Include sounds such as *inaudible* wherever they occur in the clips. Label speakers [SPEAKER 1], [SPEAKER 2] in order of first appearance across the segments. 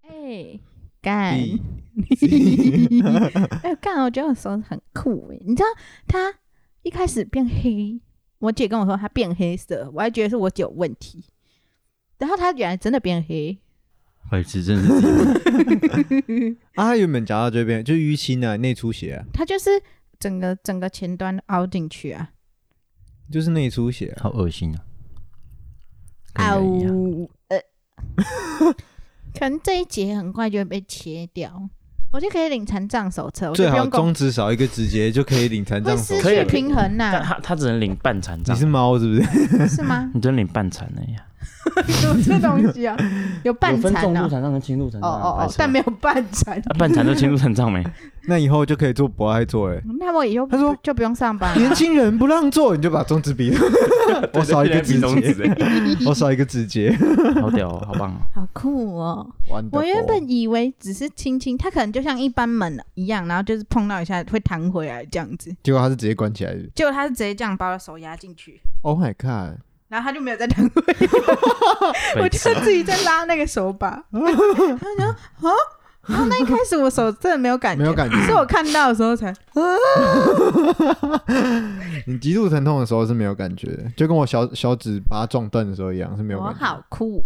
[SPEAKER 1] 对，干， *laughs* 哎、干，我觉得我手很酷哎，你知道它一开始变黑，我姐跟我说它变黑色，我还觉得是我姐有问题，然后它原来真的变黑，
[SPEAKER 2] 白痴真的是自己
[SPEAKER 3] *laughs* 啊，他原本夹到这边就是淤青啊，内出血啊，
[SPEAKER 1] 它就是整个整个前端凹进去啊，
[SPEAKER 3] 就是内出血啊。
[SPEAKER 2] 好恶心啊！跟
[SPEAKER 1] 啊
[SPEAKER 2] 人一样
[SPEAKER 1] 呜，呃， *laughs* 可能这一节很快就会被切掉，我就可以领残障手册，我哦就
[SPEAKER 3] 最
[SPEAKER 1] 不
[SPEAKER 3] 好
[SPEAKER 1] 用工，
[SPEAKER 3] 中指少一个指节就可以领残
[SPEAKER 1] 会
[SPEAKER 3] 障手
[SPEAKER 1] 失。
[SPEAKER 2] 可以
[SPEAKER 1] 去
[SPEAKER 2] 啊
[SPEAKER 1] 平衡呐、
[SPEAKER 2] 但他他只能领半残
[SPEAKER 3] 你
[SPEAKER 2] 障，
[SPEAKER 3] 是猫是不是？ *laughs*
[SPEAKER 1] 是吗？
[SPEAKER 2] *laughs*
[SPEAKER 1] *laughs*
[SPEAKER 2] 你只能领半残而已啊。
[SPEAKER 1] 有这东西啊，有半
[SPEAKER 2] 有分重
[SPEAKER 1] 残
[SPEAKER 2] 度
[SPEAKER 1] 啊，
[SPEAKER 2] 残障跟轻度残
[SPEAKER 1] 哦
[SPEAKER 2] 障
[SPEAKER 1] 哦
[SPEAKER 2] 啊，白
[SPEAKER 1] 哦
[SPEAKER 2] 痴，啊
[SPEAKER 1] 但没有半残。
[SPEAKER 2] 啊半残就轻度残障没？
[SPEAKER 3] 那以后就可以做博爱座
[SPEAKER 1] *laughs*
[SPEAKER 3] 哎。
[SPEAKER 1] *laughs* 那我以后
[SPEAKER 3] 他说
[SPEAKER 1] 就不用上班了
[SPEAKER 3] *laughs* 年，轻人不让做，你就把中指
[SPEAKER 1] *laughs*
[SPEAKER 3] 比， *laughs* 我少一个指节，
[SPEAKER 2] 节，
[SPEAKER 3] 我少一个指
[SPEAKER 1] *laughs*
[SPEAKER 3] 节，
[SPEAKER 2] 好屌哦，好棒哦！
[SPEAKER 1] 好酷哦！
[SPEAKER 3] 完蛋
[SPEAKER 1] 我原
[SPEAKER 3] 哦
[SPEAKER 1] 本以为只是轻轻，它可能就像一般门一样，然后就是碰到一下会弹回来这样子。
[SPEAKER 3] 结果他是直接关起来的。
[SPEAKER 1] 结果它是直接这样把我的手压进去，
[SPEAKER 3] Oh my god！
[SPEAKER 1] 然后它就没有再弹回
[SPEAKER 3] *laughs*
[SPEAKER 1] 来，我
[SPEAKER 2] 白
[SPEAKER 1] 就
[SPEAKER 2] 痴啊
[SPEAKER 1] 自己在拉那个手把。然后我想啊，然后那一开始我手真的没有感觉，
[SPEAKER 3] 没有感觉
[SPEAKER 1] 是我看到的时候才
[SPEAKER 3] 你极度疼痛的时候是没有感觉的，就跟我小小指把它撞断的时候一样，是没有
[SPEAKER 1] 我
[SPEAKER 3] 感觉。
[SPEAKER 1] 好
[SPEAKER 3] *laughs*
[SPEAKER 1] 酷，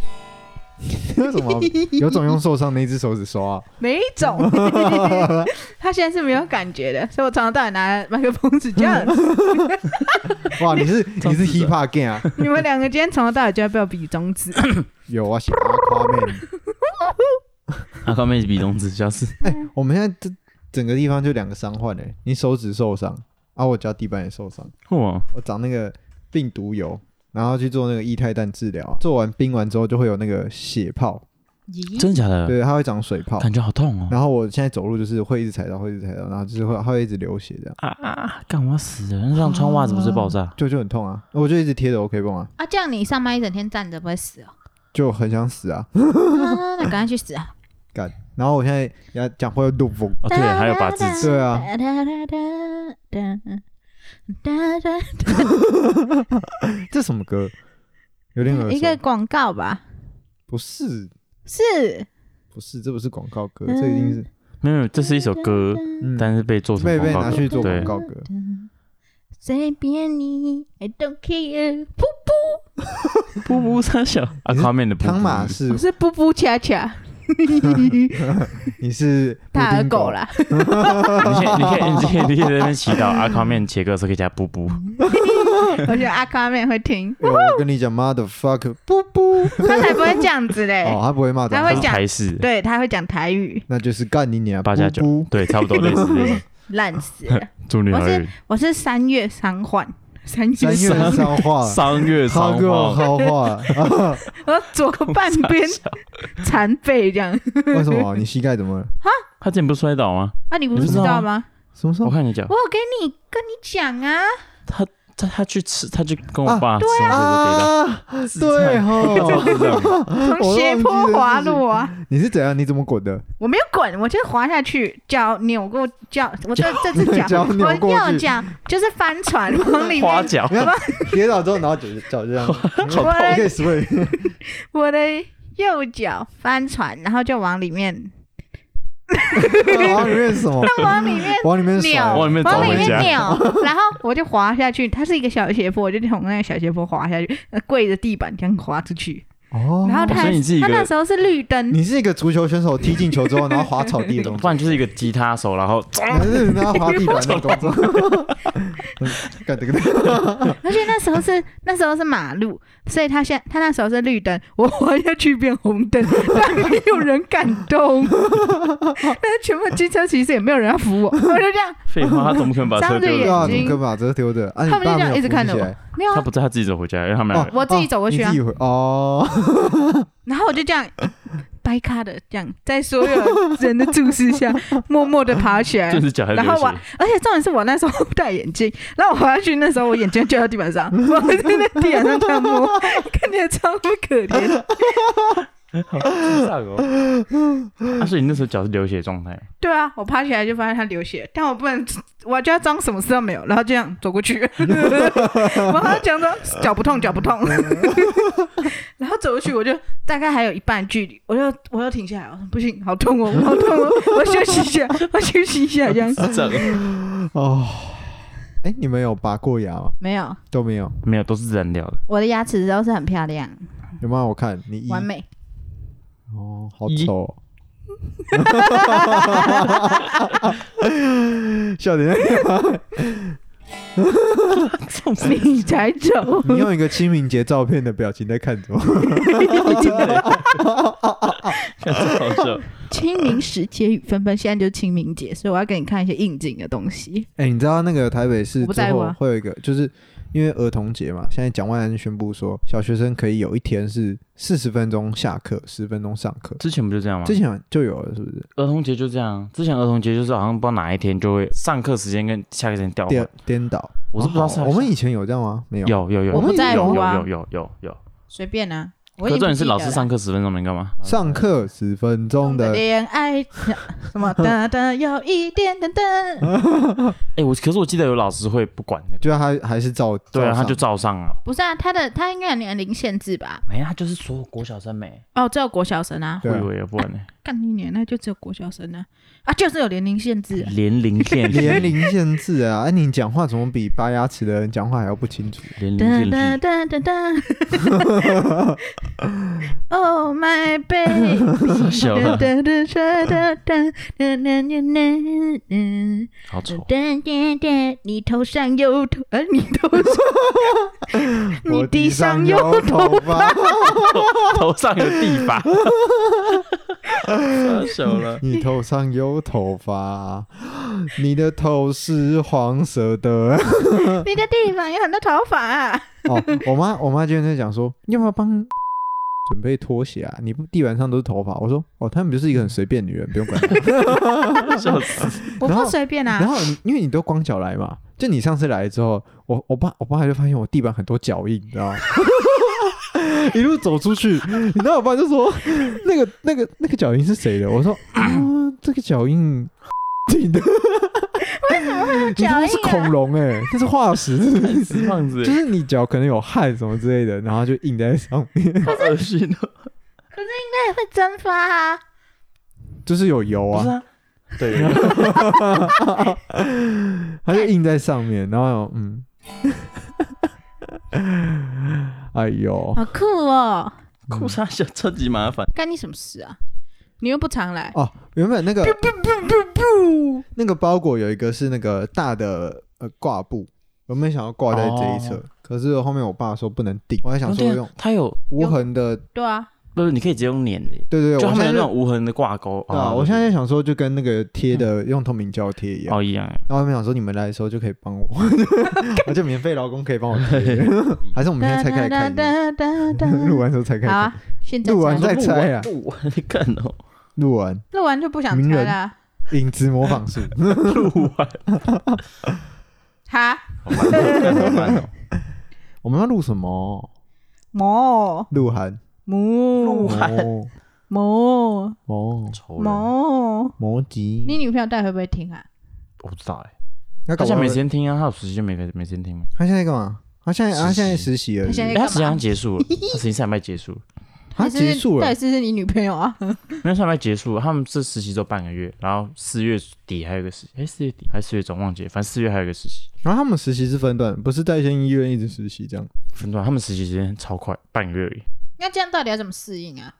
[SPEAKER 3] 有什么？有种用受伤那只手
[SPEAKER 1] *laughs*
[SPEAKER 3] 指刷、
[SPEAKER 1] 没
[SPEAKER 3] *laughs*
[SPEAKER 1] 种。他现在是没有感觉的，所以我从头到尾拿麦克风是这样。
[SPEAKER 3] 哇！你是你是
[SPEAKER 2] 中指
[SPEAKER 3] hip
[SPEAKER 2] 的
[SPEAKER 3] hop gang 啊？
[SPEAKER 1] *laughs* 你们两个今天从头到尾就要被我比中指，
[SPEAKER 3] 有啊，小阿夸妹。
[SPEAKER 2] 阿高啊妹比中指消失， *laughs*
[SPEAKER 3] 我们现在这整个地方就两个伤患哎、你手指受伤，啊，我脚底板也受伤，
[SPEAKER 2] 哇，
[SPEAKER 3] 我长那个病毒疣，然后去做那个液态氮治疗啊、做完冰完之后就会有那个血泡，
[SPEAKER 1] 咦，
[SPEAKER 2] 真的假的？
[SPEAKER 3] 对，它会长水泡。
[SPEAKER 2] 感觉好痛哦！
[SPEAKER 3] 然后我现在走路就是会一直踩到，会一直踩到，然后就是会它会一直流血这样，
[SPEAKER 2] 啊啊啊！干我要死了！那这样穿袜子不是爆炸？
[SPEAKER 3] 就就很痛啊，我就一直贴着 OK 绷啊，
[SPEAKER 1] 啊，这样你上班一整天站着不会死哦？
[SPEAKER 2] *laughs*
[SPEAKER 3] 就很想死啊。
[SPEAKER 1] 啊那赶快去死啊！
[SPEAKER 3] 然后我现在要讲会有怒风，
[SPEAKER 2] 哦， *laughs* 对，还有拔智齿，
[SPEAKER 3] 对啊，
[SPEAKER 1] 哒哒哒哒哒哒
[SPEAKER 3] 这什么歌？有点
[SPEAKER 1] 哒，
[SPEAKER 3] 耳
[SPEAKER 1] 嗯
[SPEAKER 3] 熟
[SPEAKER 1] 一，个广告吧？
[SPEAKER 3] 不是
[SPEAKER 1] 是，
[SPEAKER 3] 不是，这不是广告
[SPEAKER 1] 嗯
[SPEAKER 3] 歌，这一定是
[SPEAKER 2] 没有，这是一首歌，
[SPEAKER 3] 嗯，
[SPEAKER 2] 但是被做成
[SPEAKER 3] 被被
[SPEAKER 2] 广
[SPEAKER 3] 拿
[SPEAKER 2] 告歌。
[SPEAKER 3] 去做
[SPEAKER 2] 对
[SPEAKER 3] 广告歌，
[SPEAKER 1] 随便你，I don't care。
[SPEAKER 3] *laughs*
[SPEAKER 2] 噗噗三小，阿
[SPEAKER 3] 你是
[SPEAKER 2] 高妹的噗
[SPEAKER 3] 汤马
[SPEAKER 2] 噗，
[SPEAKER 3] 士
[SPEAKER 1] 我是布布恰恰
[SPEAKER 3] 你是布
[SPEAKER 1] 大耳
[SPEAKER 3] 丁
[SPEAKER 1] 狗 *laughs*
[SPEAKER 3] 狗，
[SPEAKER 1] 啦，
[SPEAKER 2] 你可以你可以你可以你可以在那边祈祷阿高妹切歌的时候可以加噗噗，
[SPEAKER 1] 我觉得阿卡妹会听，
[SPEAKER 3] 哎呦我跟你讲，mother fuck，布布。
[SPEAKER 1] 他才不会这样子嘞。
[SPEAKER 3] 哦，他不会骂脏
[SPEAKER 1] 哎他
[SPEAKER 2] 它
[SPEAKER 1] 会
[SPEAKER 2] 是
[SPEAKER 3] 话，
[SPEAKER 1] 讲
[SPEAKER 2] 台式，
[SPEAKER 1] 对，他会讲台语，
[SPEAKER 3] 那就是干你娘，
[SPEAKER 2] 八加九
[SPEAKER 3] 布布，
[SPEAKER 2] 对，差不多类似类似。
[SPEAKER 1] 烂死了。
[SPEAKER 2] 祝你好
[SPEAKER 1] 我是
[SPEAKER 2] 运，
[SPEAKER 1] 我是三月伤患，三月
[SPEAKER 3] 三月
[SPEAKER 1] 伤，
[SPEAKER 3] 脏话，
[SPEAKER 2] *laughs* 三月
[SPEAKER 3] 超
[SPEAKER 2] 三
[SPEAKER 3] 给我
[SPEAKER 2] 号，
[SPEAKER 3] 好话。啊
[SPEAKER 1] 我左半边残废这样。
[SPEAKER 3] 为什么你膝盖怎么了？
[SPEAKER 2] 他之前不是摔倒吗？
[SPEAKER 1] 啊，你不
[SPEAKER 2] 你不
[SPEAKER 1] 知
[SPEAKER 2] 知道
[SPEAKER 1] 道吗？
[SPEAKER 3] 什么时
[SPEAKER 2] 我
[SPEAKER 3] 候？啊
[SPEAKER 2] 看你讲
[SPEAKER 1] 我，有跟你跟你讲啊，
[SPEAKER 2] 他他去吃，他去跟我爸吃东
[SPEAKER 3] 啊，
[SPEAKER 2] 西就
[SPEAKER 3] 对
[SPEAKER 2] 跌
[SPEAKER 3] 哈，
[SPEAKER 2] 倒，
[SPEAKER 1] 从斜坡滑落啊，
[SPEAKER 3] 你是怎样？你怎么滚
[SPEAKER 2] *laughs*
[SPEAKER 3] 的？
[SPEAKER 1] 我没有滚，我就是滑下去，脚扭过脚，我这这只脚，
[SPEAKER 3] 脚
[SPEAKER 1] 我
[SPEAKER 3] 扭过去
[SPEAKER 1] 右脚就是翻船往里
[SPEAKER 2] 花
[SPEAKER 1] 面，
[SPEAKER 2] 脚
[SPEAKER 3] 没有跌倒之后，然后脚脚这
[SPEAKER 1] *laughs*
[SPEAKER 3] 样，
[SPEAKER 1] 痛
[SPEAKER 3] 你可
[SPEAKER 1] *laughs*
[SPEAKER 3] 以 swing。
[SPEAKER 1] *laughs* 我的右脚翻船，然后就往里面，
[SPEAKER 3] 往里面是什么？
[SPEAKER 1] 往里面
[SPEAKER 3] 往里面
[SPEAKER 1] 扭，
[SPEAKER 3] 甩
[SPEAKER 2] 往。里面
[SPEAKER 1] 往
[SPEAKER 2] 找
[SPEAKER 1] 里
[SPEAKER 2] 回
[SPEAKER 1] 面
[SPEAKER 2] 家
[SPEAKER 1] 扭，然后我就滑下去，它是一个小斜坡，我就从那个小斜坡滑下去，呃跪着地板这样滑出去。
[SPEAKER 3] 哦，
[SPEAKER 1] 然后他
[SPEAKER 2] 所以你是一
[SPEAKER 1] 他
[SPEAKER 2] 个
[SPEAKER 1] 那时候是绿灯，
[SPEAKER 3] 你是一个足球选手，踢进球之后，然后滑草地的动
[SPEAKER 2] *laughs* 不
[SPEAKER 3] *laughs* 作，
[SPEAKER 2] 然就是一个吉他手，然后
[SPEAKER 3] 还是然后滑地板的
[SPEAKER 2] *laughs*
[SPEAKER 3] 动作。干这个，
[SPEAKER 1] 而且那时候是那时候是马路，所以他现他那时候是绿灯，我滑下去变红灯，但没有人敢动，但是全部机车其实也没有人要扶我，我就这样，
[SPEAKER 2] 废话，他怎么可能把车
[SPEAKER 1] 张着
[SPEAKER 2] 丢
[SPEAKER 1] 眼
[SPEAKER 3] 对
[SPEAKER 2] 掉？
[SPEAKER 3] 啊，你干嘛？这是丢的啊！你
[SPEAKER 1] 他们就
[SPEAKER 3] 爸
[SPEAKER 1] 这
[SPEAKER 3] 没
[SPEAKER 1] 样
[SPEAKER 3] 有
[SPEAKER 1] 一直看着
[SPEAKER 3] 扶
[SPEAKER 1] 我
[SPEAKER 3] 起来
[SPEAKER 1] 没有
[SPEAKER 2] 他
[SPEAKER 1] 啊，
[SPEAKER 2] 不是他自己走回家，因为他们两
[SPEAKER 3] 哦
[SPEAKER 2] 个，
[SPEAKER 1] 我自己走过去啊
[SPEAKER 3] 哦你自己回哦，
[SPEAKER 1] 然后我就这样。掰咖的这样，在所有人的注视下，默默的爬起来，
[SPEAKER 2] 就是脚还流
[SPEAKER 1] 然后我
[SPEAKER 2] 血，，
[SPEAKER 1] 而且重点是我那时候戴眼镜，然后我滑下去那时候我眼睛就在地板上，我在那地板上这样摸，看起来超不可怜。
[SPEAKER 2] 好智障哦！啊，所以你那时候脚是流血状态，
[SPEAKER 1] 对啊，我爬起来就发现他流血，但我不能，我就要装什么事都没有，然后这样走过去， *laughs* 我好像讲
[SPEAKER 2] *laughs*
[SPEAKER 1] 说脚不痛，脚不痛，
[SPEAKER 2] 嗯
[SPEAKER 1] *laughs* 然后走过去，我就大概还有一半距离，我就我又停下来，我说不行，好痛哦，好痛哦，我休息一下，我休息一下，这样
[SPEAKER 2] *laughs* 智障
[SPEAKER 3] 哦，哎，你们有拔过牙吗？
[SPEAKER 1] 没有，
[SPEAKER 3] 都没有，
[SPEAKER 2] 没有，都是自然掉的。
[SPEAKER 1] 我的牙齿都是很漂亮，
[SPEAKER 3] 有吗？我看你一
[SPEAKER 1] 完美，
[SPEAKER 3] 哦，好
[SPEAKER 2] 一
[SPEAKER 3] 丑哦。 *laughs* 笑点，
[SPEAKER 1] *laughs* 你才
[SPEAKER 2] *laughs*
[SPEAKER 1] 丑，
[SPEAKER 3] 你用一个清明节照片的表情在看着我， *laughs*
[SPEAKER 2] 看这好笑，
[SPEAKER 1] 清明时节雨纷纷，现在就是清明节，所以我要给你看一些应景的东西。
[SPEAKER 3] 哎、你知道那个台北市
[SPEAKER 1] 我不
[SPEAKER 3] 之
[SPEAKER 1] 在乎
[SPEAKER 3] 后
[SPEAKER 1] 啊
[SPEAKER 3] 会有一个，就是因为儿童节嘛，现在蒋万安宣布说，小学生可以有一天是四十分钟下课，十分钟上课，
[SPEAKER 2] 之前不就这样吗？
[SPEAKER 3] 之前就有了，是不是？
[SPEAKER 2] 儿童节就这样，之前儿童节就是好像不知道哪一天就会上课时间跟下课时间调换
[SPEAKER 3] 颠。颠倒，
[SPEAKER 2] 我是不知道
[SPEAKER 3] 哦
[SPEAKER 2] 是
[SPEAKER 3] 我们以前有这样吗？没有，
[SPEAKER 2] 有有有，
[SPEAKER 1] 我不
[SPEAKER 2] 有
[SPEAKER 1] 在乎啊
[SPEAKER 2] 有有有有有。
[SPEAKER 1] 随便啊，我
[SPEAKER 2] 可
[SPEAKER 1] 已
[SPEAKER 2] 是
[SPEAKER 1] 经不
[SPEAKER 2] 重点
[SPEAKER 1] 记
[SPEAKER 2] 是
[SPEAKER 1] 得
[SPEAKER 2] 老师
[SPEAKER 1] 了
[SPEAKER 2] 上课十分钟能干嘛？
[SPEAKER 3] 上课十分钟的
[SPEAKER 1] 恋爱什么噔噔有一点噔噔，
[SPEAKER 2] 哎，我可是我记得有老师会不管那个，
[SPEAKER 3] 就他还是照，
[SPEAKER 2] 对啊，
[SPEAKER 3] 照
[SPEAKER 2] 他
[SPEAKER 3] 上
[SPEAKER 2] 就照上啊。
[SPEAKER 1] 不是啊，他的他应该有年龄限制吧？
[SPEAKER 2] 没啊，就是所有国小生没，
[SPEAKER 1] 哦，只有国小生啊，
[SPEAKER 3] 对啊
[SPEAKER 2] 我以为不然呢。
[SPEAKER 1] 干一年那就只有国小生啊，啊，就是有年龄限制啊、
[SPEAKER 2] 年龄限制，
[SPEAKER 3] 年龄限制啊！哎、你讲话怎么比拔牙齿的人讲话还要不清楚？
[SPEAKER 2] 年龄
[SPEAKER 1] 噔
[SPEAKER 2] 限制
[SPEAKER 1] 噔。噔噔噔，Oh my baby，
[SPEAKER 2] 小
[SPEAKER 1] 噔
[SPEAKER 2] 了
[SPEAKER 1] 噔噔噔噔噔噔噔噔噔。
[SPEAKER 2] 好丑，
[SPEAKER 1] 噔噔噔，你头上有头，呃，你头上，你
[SPEAKER 3] 我地
[SPEAKER 1] 上
[SPEAKER 3] 有
[SPEAKER 1] 有
[SPEAKER 3] 头发，
[SPEAKER 2] 头上有地发，手了。
[SPEAKER 3] 你头上有头发，你的头是黄色的。
[SPEAKER 1] 你的地方有很多头发、啊。
[SPEAKER 3] 哦，我妈我妈今天在讲说，你要不 *laughs* 要帮准备拖鞋啊？你不地板上都是头发。我说哦，他们就是一个很随便的女人，不用管她。
[SPEAKER 2] 笑死！
[SPEAKER 1] 我
[SPEAKER 3] 然后
[SPEAKER 1] 不随便
[SPEAKER 3] 然
[SPEAKER 1] 啊，
[SPEAKER 3] 后你因为你都光脚来嘛，就你上次来之后，我我爸我爸就发现我地板很多脚印，你知道吗？ *laughs* 一路走出去，你知道我爸就说那个那个那个脚印是谁的？我说啊，这个脚印你的，为
[SPEAKER 1] 脚印啊
[SPEAKER 3] 是恐龙哎、这是化石，
[SPEAKER 2] 死胖子
[SPEAKER 3] 就，是你脚可能有汗什么之类的，然后就印在上面，
[SPEAKER 2] 好恶心哦！
[SPEAKER 1] 那也会蒸发啊。
[SPEAKER 3] 就是有油
[SPEAKER 2] 不是
[SPEAKER 3] 啊，
[SPEAKER 2] 啊，对，
[SPEAKER 1] 啊
[SPEAKER 3] 它就印在上面，然后嗯， *laughs* 哎呦，
[SPEAKER 1] 好酷哦！
[SPEAKER 2] 裤衩小超级麻烦。
[SPEAKER 1] 干你什么事啊？你又不常来。
[SPEAKER 3] 哦，原本那个
[SPEAKER 1] 不不不不不，
[SPEAKER 3] 那个包裹有一个是那个大的呃挂布，我没想要挂在这一侧，
[SPEAKER 2] 哦
[SPEAKER 3] 可是后面我爸说不能顶，我还想说
[SPEAKER 2] 对啊
[SPEAKER 3] 用
[SPEAKER 2] 它有，
[SPEAKER 3] 无痕的，
[SPEAKER 1] 对啊，
[SPEAKER 2] 不是你可以直接用粘的，
[SPEAKER 3] 对对对，
[SPEAKER 2] 就
[SPEAKER 3] 我
[SPEAKER 2] 他
[SPEAKER 3] 现
[SPEAKER 2] 们
[SPEAKER 3] 在
[SPEAKER 2] 有那
[SPEAKER 3] 就
[SPEAKER 2] 种哦无痕的挂钩
[SPEAKER 3] 对啊，我现在就想说就跟那个贴的用透明胶贴一样，
[SPEAKER 2] 哦一样，
[SPEAKER 3] 然后他们想说你们来的时候就可以帮我，我就免费劳工可以帮我贴，还是我们现在才开始看的，
[SPEAKER 1] 哒哒哒
[SPEAKER 3] 录完之后才开
[SPEAKER 1] 好
[SPEAKER 3] 始看，
[SPEAKER 1] 啊，现在
[SPEAKER 3] 录
[SPEAKER 1] 拆
[SPEAKER 3] 完再猜啊
[SPEAKER 2] 不玩你看
[SPEAKER 3] *laughs*
[SPEAKER 2] 哦，
[SPEAKER 3] 录完
[SPEAKER 1] 录完就不想
[SPEAKER 3] 名
[SPEAKER 1] 拆
[SPEAKER 3] 人
[SPEAKER 1] 了啊。
[SPEAKER 3] 影子模仿术，
[SPEAKER 2] 不玩，
[SPEAKER 1] 哈，
[SPEAKER 2] 好烦哦，
[SPEAKER 3] 我们要录什么？
[SPEAKER 1] 毛
[SPEAKER 3] 鹿晗，
[SPEAKER 1] 毛
[SPEAKER 2] 晗
[SPEAKER 3] 哦
[SPEAKER 1] 毛
[SPEAKER 3] 哦，
[SPEAKER 1] *laughs*
[SPEAKER 2] 仇人，
[SPEAKER 1] 毛，
[SPEAKER 3] 摩
[SPEAKER 1] 你
[SPEAKER 3] 吉，
[SPEAKER 1] 女朋友到底会不会听啊？
[SPEAKER 2] 我不知道哎，
[SPEAKER 3] 那搞
[SPEAKER 2] 他
[SPEAKER 3] 不
[SPEAKER 2] 现在
[SPEAKER 3] 好
[SPEAKER 2] 每天听啊，他有时间没开每天听吗？
[SPEAKER 3] 他现在干嘛？他现在
[SPEAKER 2] 实习
[SPEAKER 3] 他现在实习了，
[SPEAKER 1] 他现在
[SPEAKER 2] 哎，
[SPEAKER 1] 在
[SPEAKER 2] 他
[SPEAKER 1] 干嘛
[SPEAKER 2] 实际上结束了，他实际上礼拜结束了，
[SPEAKER 3] 他
[SPEAKER 1] 还是
[SPEAKER 3] 啊结束
[SPEAKER 1] 到
[SPEAKER 3] 了
[SPEAKER 1] 底，是不是你女朋友啊？
[SPEAKER 2] 没有上礼拜结束了，他们这实习只有半个月，然后四月底还有一个实习，哎四月底还是四月中忘记了，反正四月还有一个实习。
[SPEAKER 3] 然后他们实习是分段，不是在线医院一直实习这样。
[SPEAKER 2] 分段，他们实习时间超快，半个月而已。
[SPEAKER 1] 那这样到底要怎么适应啊？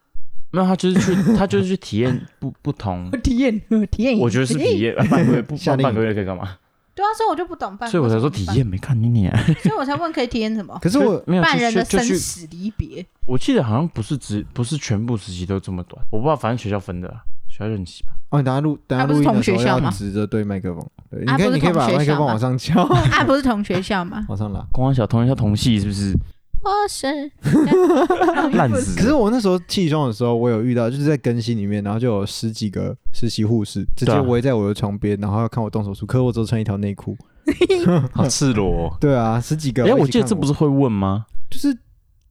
[SPEAKER 2] 没有，他就是去，他就是去体验不
[SPEAKER 1] *laughs*
[SPEAKER 2] 不同
[SPEAKER 1] 我。体验，我体验
[SPEAKER 2] 我觉得是体验，啊半个
[SPEAKER 3] *laughs*
[SPEAKER 2] 月不
[SPEAKER 3] 夏令营？
[SPEAKER 2] 半个月可以干嘛？
[SPEAKER 1] 对啊，所以我就不懂办，
[SPEAKER 2] 所以我才说体，验没看你 *laughs* 你。
[SPEAKER 1] 所以我才问可以体验什么
[SPEAKER 3] 可是我
[SPEAKER 2] 没有
[SPEAKER 1] 半人的
[SPEAKER 2] 就
[SPEAKER 1] 生
[SPEAKER 2] 去就去，
[SPEAKER 1] 死离别，
[SPEAKER 2] 我记得好像不是只不是全部实习都这么短，我不知道，反正学校分的啊，学校任期吧。
[SPEAKER 3] 哦，你等下录等下
[SPEAKER 1] 他不是
[SPEAKER 3] 录音的
[SPEAKER 1] 同
[SPEAKER 3] 时
[SPEAKER 1] 学
[SPEAKER 3] 候
[SPEAKER 1] 校
[SPEAKER 3] 要
[SPEAKER 1] 吗
[SPEAKER 3] 直着对麦克风，对，你
[SPEAKER 1] 啊
[SPEAKER 3] 看
[SPEAKER 1] 不是
[SPEAKER 3] 你可以把
[SPEAKER 1] 同学
[SPEAKER 3] 麦克
[SPEAKER 1] 校
[SPEAKER 3] 风
[SPEAKER 1] 吗
[SPEAKER 3] 往上翘，？
[SPEAKER 1] 啊，不是同学校吗
[SPEAKER 3] 往上拉。
[SPEAKER 2] 公安小同一下同系是不是
[SPEAKER 1] *laughs* 我是哎
[SPEAKER 2] 烂死？
[SPEAKER 3] 可是我那时候气胸的时候，我有遇到，就是在更新里面，然后就有十几个实习护士直
[SPEAKER 2] 对
[SPEAKER 3] 接
[SPEAKER 2] 啊
[SPEAKER 3] 围在我的床边，然后要看我动手术，可是我只有穿一条内裤。
[SPEAKER 2] 好赤裸、哦。
[SPEAKER 3] 对啊，十几个。
[SPEAKER 2] 哎、我记得这不
[SPEAKER 1] *laughs*
[SPEAKER 3] 是
[SPEAKER 2] 是会问吗？
[SPEAKER 3] 就是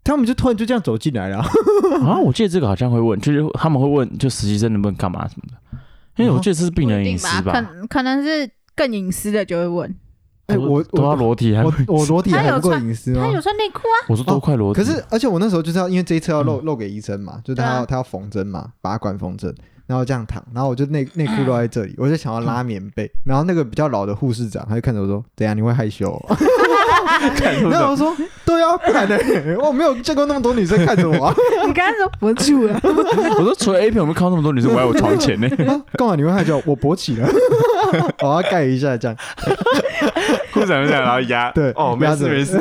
[SPEAKER 3] 他们就突然就这样走进来了，
[SPEAKER 2] 啊， *laughs* 我记得这个好像会问，就是他们会问，就实习生能不能干嘛什么的，因为我记得这是病人隐私
[SPEAKER 1] 哦不一定
[SPEAKER 2] 吧，
[SPEAKER 1] *laughs* 可可能是更隐私的就会问，
[SPEAKER 3] 哎，我
[SPEAKER 2] 都要
[SPEAKER 3] 我
[SPEAKER 2] 裸体还
[SPEAKER 3] 我我裸体
[SPEAKER 1] 他
[SPEAKER 3] 还
[SPEAKER 1] 有
[SPEAKER 3] 不够
[SPEAKER 1] 穿
[SPEAKER 3] 隐私吗
[SPEAKER 1] 他？有穿内裤啊，
[SPEAKER 2] 我说都快裸体，
[SPEAKER 3] 可是，而且我那时候就是要，因为这一次要露、
[SPEAKER 2] 嗯
[SPEAKER 3] 露给医生嘛，就是
[SPEAKER 1] 对
[SPEAKER 3] 他
[SPEAKER 1] 啊
[SPEAKER 3] 要、他要缝针嘛，拔管缝针，然后这样躺，然后我就内内裤露在这里，我就想要拉棉被，然后那个比较老的护士长他就看着我说：“怎样，你会害羞、哦？” *laughs*
[SPEAKER 1] 哎
[SPEAKER 3] 然后我说：“对啊，不然呢？我没有见过那么多女生看着我、啊，
[SPEAKER 1] *laughs* 你刚刚说不住了，
[SPEAKER 2] 我说除了 A 片，我们看到那么多女生围在我床前 *laughs* 呢，
[SPEAKER 3] 干嘛你会害羞？我勃起了， *laughs* 我要盖一下这样。
[SPEAKER 2] 裤长就这样，然后压，
[SPEAKER 3] 对
[SPEAKER 2] 哦，没
[SPEAKER 3] 压
[SPEAKER 2] 事
[SPEAKER 3] 着
[SPEAKER 2] 没事，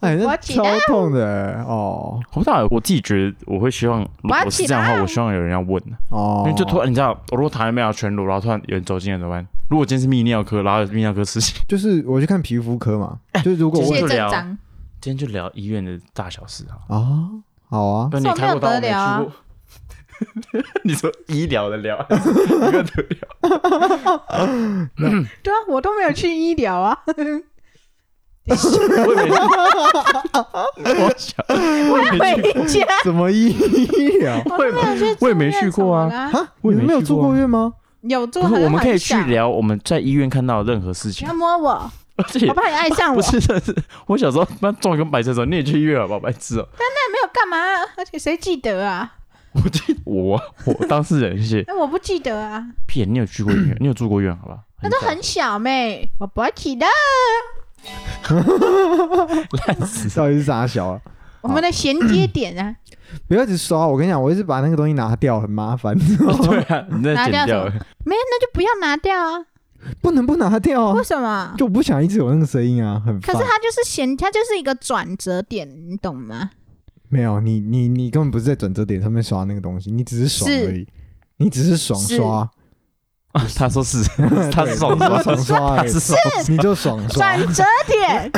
[SPEAKER 3] 哎，那
[SPEAKER 1] 勃起
[SPEAKER 3] 超
[SPEAKER 1] 了
[SPEAKER 3] 痛的哦
[SPEAKER 2] 我当然我自己觉得我会希望，如果
[SPEAKER 1] 我要
[SPEAKER 2] 我是
[SPEAKER 1] 起
[SPEAKER 2] 这样的话，
[SPEAKER 1] 来啊
[SPEAKER 2] 我希望有人要问，
[SPEAKER 3] 哦
[SPEAKER 2] 因，为就突然你知道，我如果躺在那边要全裸，然后突然有人走进来怎么办？如果今天是泌尿科，然后有泌尿科事情，
[SPEAKER 3] 就是我去看皮肤科嘛，就是如果
[SPEAKER 2] *laughs* 我
[SPEAKER 3] 我
[SPEAKER 2] 就
[SPEAKER 1] 谢
[SPEAKER 2] 聊
[SPEAKER 1] 正章，
[SPEAKER 2] *laughs* 今天就聊医院的大小事啊。
[SPEAKER 3] 啊，好
[SPEAKER 2] *laughs*
[SPEAKER 3] 啊，
[SPEAKER 2] 那你
[SPEAKER 1] 这种
[SPEAKER 2] 开过
[SPEAKER 1] 没有得
[SPEAKER 2] 刀，我没去
[SPEAKER 1] 聊啊
[SPEAKER 2] 过。 *laughs* 你说医疗的聊， *laughs* 还是没有得聊
[SPEAKER 1] 对啊，我都没有去医疗
[SPEAKER 2] *laughs*
[SPEAKER 1] 啊，
[SPEAKER 2] 我也没去，我想我也没去，
[SPEAKER 1] 回家，
[SPEAKER 3] 怎么医
[SPEAKER 2] 啊
[SPEAKER 3] 疗？
[SPEAKER 1] 我都没有去住
[SPEAKER 2] 我也没去过啊
[SPEAKER 1] 院什么的啊，
[SPEAKER 3] 哈，你们没有住过院吗？
[SPEAKER 1] 有做，
[SPEAKER 2] 不是我们可以去
[SPEAKER 1] 很小，
[SPEAKER 2] 聊我们在医院看到的任何事
[SPEAKER 1] 不
[SPEAKER 2] 情
[SPEAKER 1] 要，摸 *laughs* 我，
[SPEAKER 2] 而且
[SPEAKER 1] 我怕你爱上我
[SPEAKER 2] 不，是，真的是我小时候妈撞一根白痴的时候，你也去医院好不好？白痴哦、
[SPEAKER 1] 那没有干嘛啊，而且谁记得啊？
[SPEAKER 2] 我记得我 *laughs* 我当事人谢
[SPEAKER 1] 那我不记得啊，
[SPEAKER 2] 骗你有去过
[SPEAKER 1] *clears throat*
[SPEAKER 2] 医院，你有住过院好吧？
[SPEAKER 1] 那都很小妹，我勃起的，
[SPEAKER 2] 烂死。
[SPEAKER 3] 到底是啥小啊？
[SPEAKER 1] 我们的衔接点啊，
[SPEAKER 3] 不要一直刷，我跟你讲，我一直把那个东西拿掉，很麻烦，
[SPEAKER 2] *laughs*
[SPEAKER 3] *laughs*
[SPEAKER 2] 对啊，你那剪掉 *laughs* 了，
[SPEAKER 1] 没有那就不要拿掉啊，
[SPEAKER 3] 不能不拿掉啊
[SPEAKER 2] 哦
[SPEAKER 1] 为！什么？
[SPEAKER 3] 就我不想一直有那个声音啊，很
[SPEAKER 1] 可
[SPEAKER 3] 烦。
[SPEAKER 1] 是它就是衔，它就是一个转折点，你懂吗？
[SPEAKER 3] 没有你，你你根本不是在转折点上面刷那个东西，你只是爽而已，你只是爽刷，
[SPEAKER 2] 哦他说是，
[SPEAKER 3] *laughs*
[SPEAKER 2] 他是爽
[SPEAKER 3] 你
[SPEAKER 2] 刷
[SPEAKER 3] 就，爽刷
[SPEAKER 2] 他
[SPEAKER 3] 而已
[SPEAKER 2] 是，爽，
[SPEAKER 3] 你就爽刷
[SPEAKER 1] 转，折点，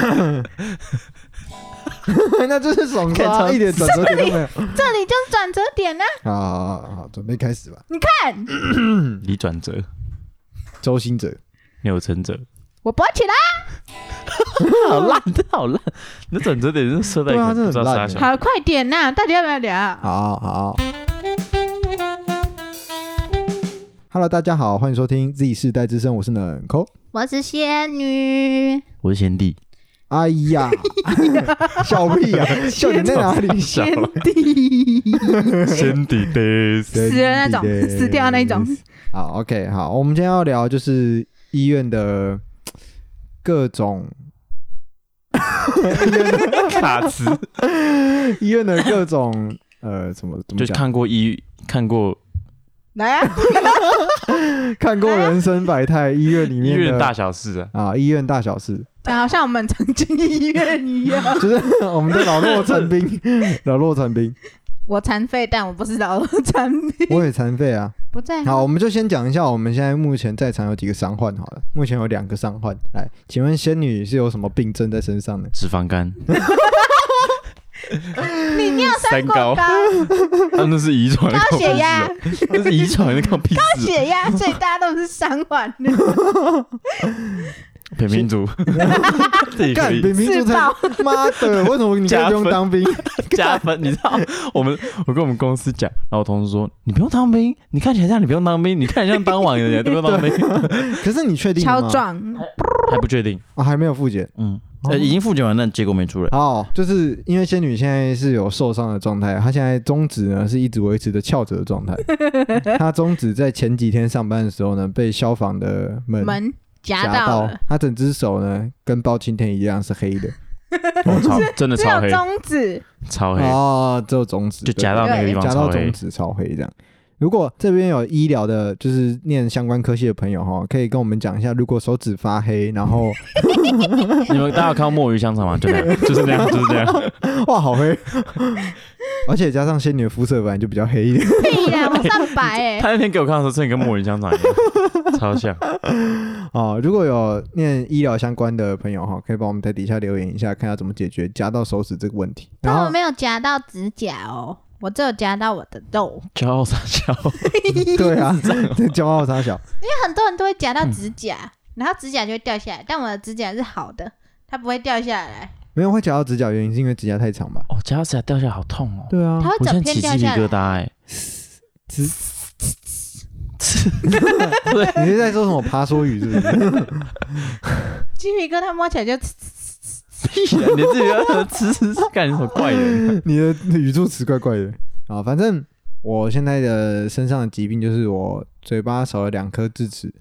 [SPEAKER 3] *laughs* 那就是爽
[SPEAKER 2] 看
[SPEAKER 3] 刷，
[SPEAKER 2] 超
[SPEAKER 3] 一点转折点都没有。
[SPEAKER 1] 这里就是转折点呢、
[SPEAKER 3] 好好好好，准备开始吧。
[SPEAKER 1] 你看，
[SPEAKER 2] 李嗯转折，
[SPEAKER 3] 周星哲，
[SPEAKER 2] 钮承 *laughs* 泽，
[SPEAKER 1] 我勃起啦！
[SPEAKER 2] 好烂，真的好烂。你的转折点是设在一
[SPEAKER 3] 对啊
[SPEAKER 2] 个
[SPEAKER 3] 真的
[SPEAKER 2] 不知道
[SPEAKER 3] 很
[SPEAKER 2] 啥
[SPEAKER 3] 烂
[SPEAKER 2] 小
[SPEAKER 3] 欸。
[SPEAKER 1] 好，快点呐、到底要不要聊？
[SPEAKER 3] 好好。Hello，大家好，欢迎收听 Z 世代之声，我是冷抠。
[SPEAKER 1] 我是仙女，
[SPEAKER 2] 我是贤弟，
[SPEAKER 3] 哎呀， *laughs* 笑屁
[SPEAKER 2] *laughs*
[SPEAKER 3] 呀、啊，笑点在哪里？
[SPEAKER 2] 小
[SPEAKER 1] 仙
[SPEAKER 2] 了，
[SPEAKER 1] 帝，
[SPEAKER 2] *laughs* 贤弟的， *laughs*
[SPEAKER 1] 死的那种
[SPEAKER 3] 对
[SPEAKER 1] 死掉那种。
[SPEAKER 3] 好，OK，好，我们今天要聊就是医院的各种
[SPEAKER 2] *laughs* 卡
[SPEAKER 3] *laughs*
[SPEAKER 2] 词，
[SPEAKER 3] 医院的各种呃，怎么怎么
[SPEAKER 2] 就是
[SPEAKER 3] 讲？
[SPEAKER 2] 看过医，看过
[SPEAKER 1] 来啊！
[SPEAKER 3] 看过人生百态，医院里
[SPEAKER 2] 医
[SPEAKER 3] 面
[SPEAKER 2] 院
[SPEAKER 3] 的
[SPEAKER 2] 的大小事啊。
[SPEAKER 3] 啊，医院大小事，
[SPEAKER 1] 好像我们曾经医院一样。
[SPEAKER 3] 就是 *laughs* 我们的老弱残
[SPEAKER 2] *laughs*
[SPEAKER 3] 兵，老弱残兵，
[SPEAKER 1] 我残废，但我不是老残废，
[SPEAKER 3] 我也残废啊。
[SPEAKER 1] 不在
[SPEAKER 3] 好，
[SPEAKER 1] 乎。
[SPEAKER 3] 我们就先讲一下我们现在目前在场有几个伤患好了。目前有两个伤患，来，请问仙女是有什么病症在身上呢？
[SPEAKER 2] 脂
[SPEAKER 3] *laughs*
[SPEAKER 2] 肪肝，
[SPEAKER 1] 你尿酸过高，
[SPEAKER 2] 三啊，那是遗传，
[SPEAKER 1] 高血压，
[SPEAKER 2] *laughs* 关我屁事哦，那是遗传，那关我屁
[SPEAKER 1] 高
[SPEAKER 2] 事哦。
[SPEAKER 1] 血压，所以大家都是伤患，
[SPEAKER 2] 扁平足， *laughs* 这也可
[SPEAKER 3] 干，
[SPEAKER 2] 以
[SPEAKER 3] 扁平足
[SPEAKER 1] 自
[SPEAKER 3] 才
[SPEAKER 1] 爆
[SPEAKER 3] *laughs* 妈的，为什么你可以不用
[SPEAKER 1] *laughs*
[SPEAKER 3] 当兵？
[SPEAKER 2] *laughs* 加分，你知道？我们我跟我们公司讲，然后我同事说：“你不用当兵，你看起来像你不用当兵，你看起来像当网人，都不用当 *laughs* 兵。
[SPEAKER 3] 可是你确定
[SPEAKER 1] 超
[SPEAKER 3] 吗？
[SPEAKER 1] 壮，”
[SPEAKER 2] 还不确定，
[SPEAKER 3] 啊，还没有复检。
[SPEAKER 2] 嗯，呃，已经复检完，但结果没出来。
[SPEAKER 3] 哦，就是因为仙女现在是有受伤的状态，她现在中指呢是一直维持着翘着的状
[SPEAKER 1] *laughs*
[SPEAKER 3] 态。她中指在前几天上班的时候呢，被消防的门
[SPEAKER 1] 门夹
[SPEAKER 3] 嗯夹
[SPEAKER 1] 到
[SPEAKER 3] 到
[SPEAKER 1] 了，，
[SPEAKER 3] 她整只手呢跟包青天一样是黑的。
[SPEAKER 2] 我操，真的
[SPEAKER 1] 只
[SPEAKER 2] 超
[SPEAKER 1] 有
[SPEAKER 2] 黑，
[SPEAKER 1] 中指，
[SPEAKER 2] 超黑，
[SPEAKER 3] 哦，只有中指
[SPEAKER 2] 就夹到那个地方
[SPEAKER 3] 夹到
[SPEAKER 2] 超黑
[SPEAKER 3] 中。指超黑这样。如果这边有医疗的，就是念相关科系的朋友哈，可以跟我们讲一下，如果手指发黑，然后
[SPEAKER 2] 你们大家有看过墨鱼香肠吗？就那 *laughs* 样，就是那样，就是那样。 *laughs*
[SPEAKER 3] *laughs* 哇好黑，而且加上仙女的肤色本来就比较黑一点， *laughs*
[SPEAKER 1] 屁 *laughs* 啦，我上白哎、
[SPEAKER 2] 他那天给我看的时候，真的跟墨鱼香肠一样，超像。
[SPEAKER 3] 哦，如果有念医疗相关的朋友哈，可以帮我们在底下留言一下，看要怎么解决夹到手指这个问题。然
[SPEAKER 1] 但我
[SPEAKER 3] 后
[SPEAKER 1] 没有夹到指甲哦，我只有夹到我的肉。
[SPEAKER 2] 骄傲傻笑，
[SPEAKER 3] *laughs* 对啊，这骄傲傻小，
[SPEAKER 1] 很多人都会夹到指甲，然后指甲就会掉下来，但我的指甲是好的，它不会掉下来。
[SPEAKER 3] 没有会夹到指甲，原因是因为指甲太长吧？
[SPEAKER 2] 哦，夹到指甲掉下来好痛哦，
[SPEAKER 3] 对啊
[SPEAKER 1] 它，会
[SPEAKER 2] 我
[SPEAKER 1] 整
[SPEAKER 2] 现在
[SPEAKER 1] 片掉
[SPEAKER 2] 起鸡皮
[SPEAKER 1] 下
[SPEAKER 2] 疙
[SPEAKER 1] 来。
[SPEAKER 2] 瘩哎。
[SPEAKER 3] *laughs* 你是在说什么爬梭语是不是？
[SPEAKER 1] 鸡皮疙瘩摸起来就
[SPEAKER 2] 屁啊 *laughs* 你自己要吃吃吃，干你什么怪人？
[SPEAKER 3] *laughs* 你的语助词怪怪的啊。反正我现在的身上的疾病就是我嘴巴少了两颗智齿，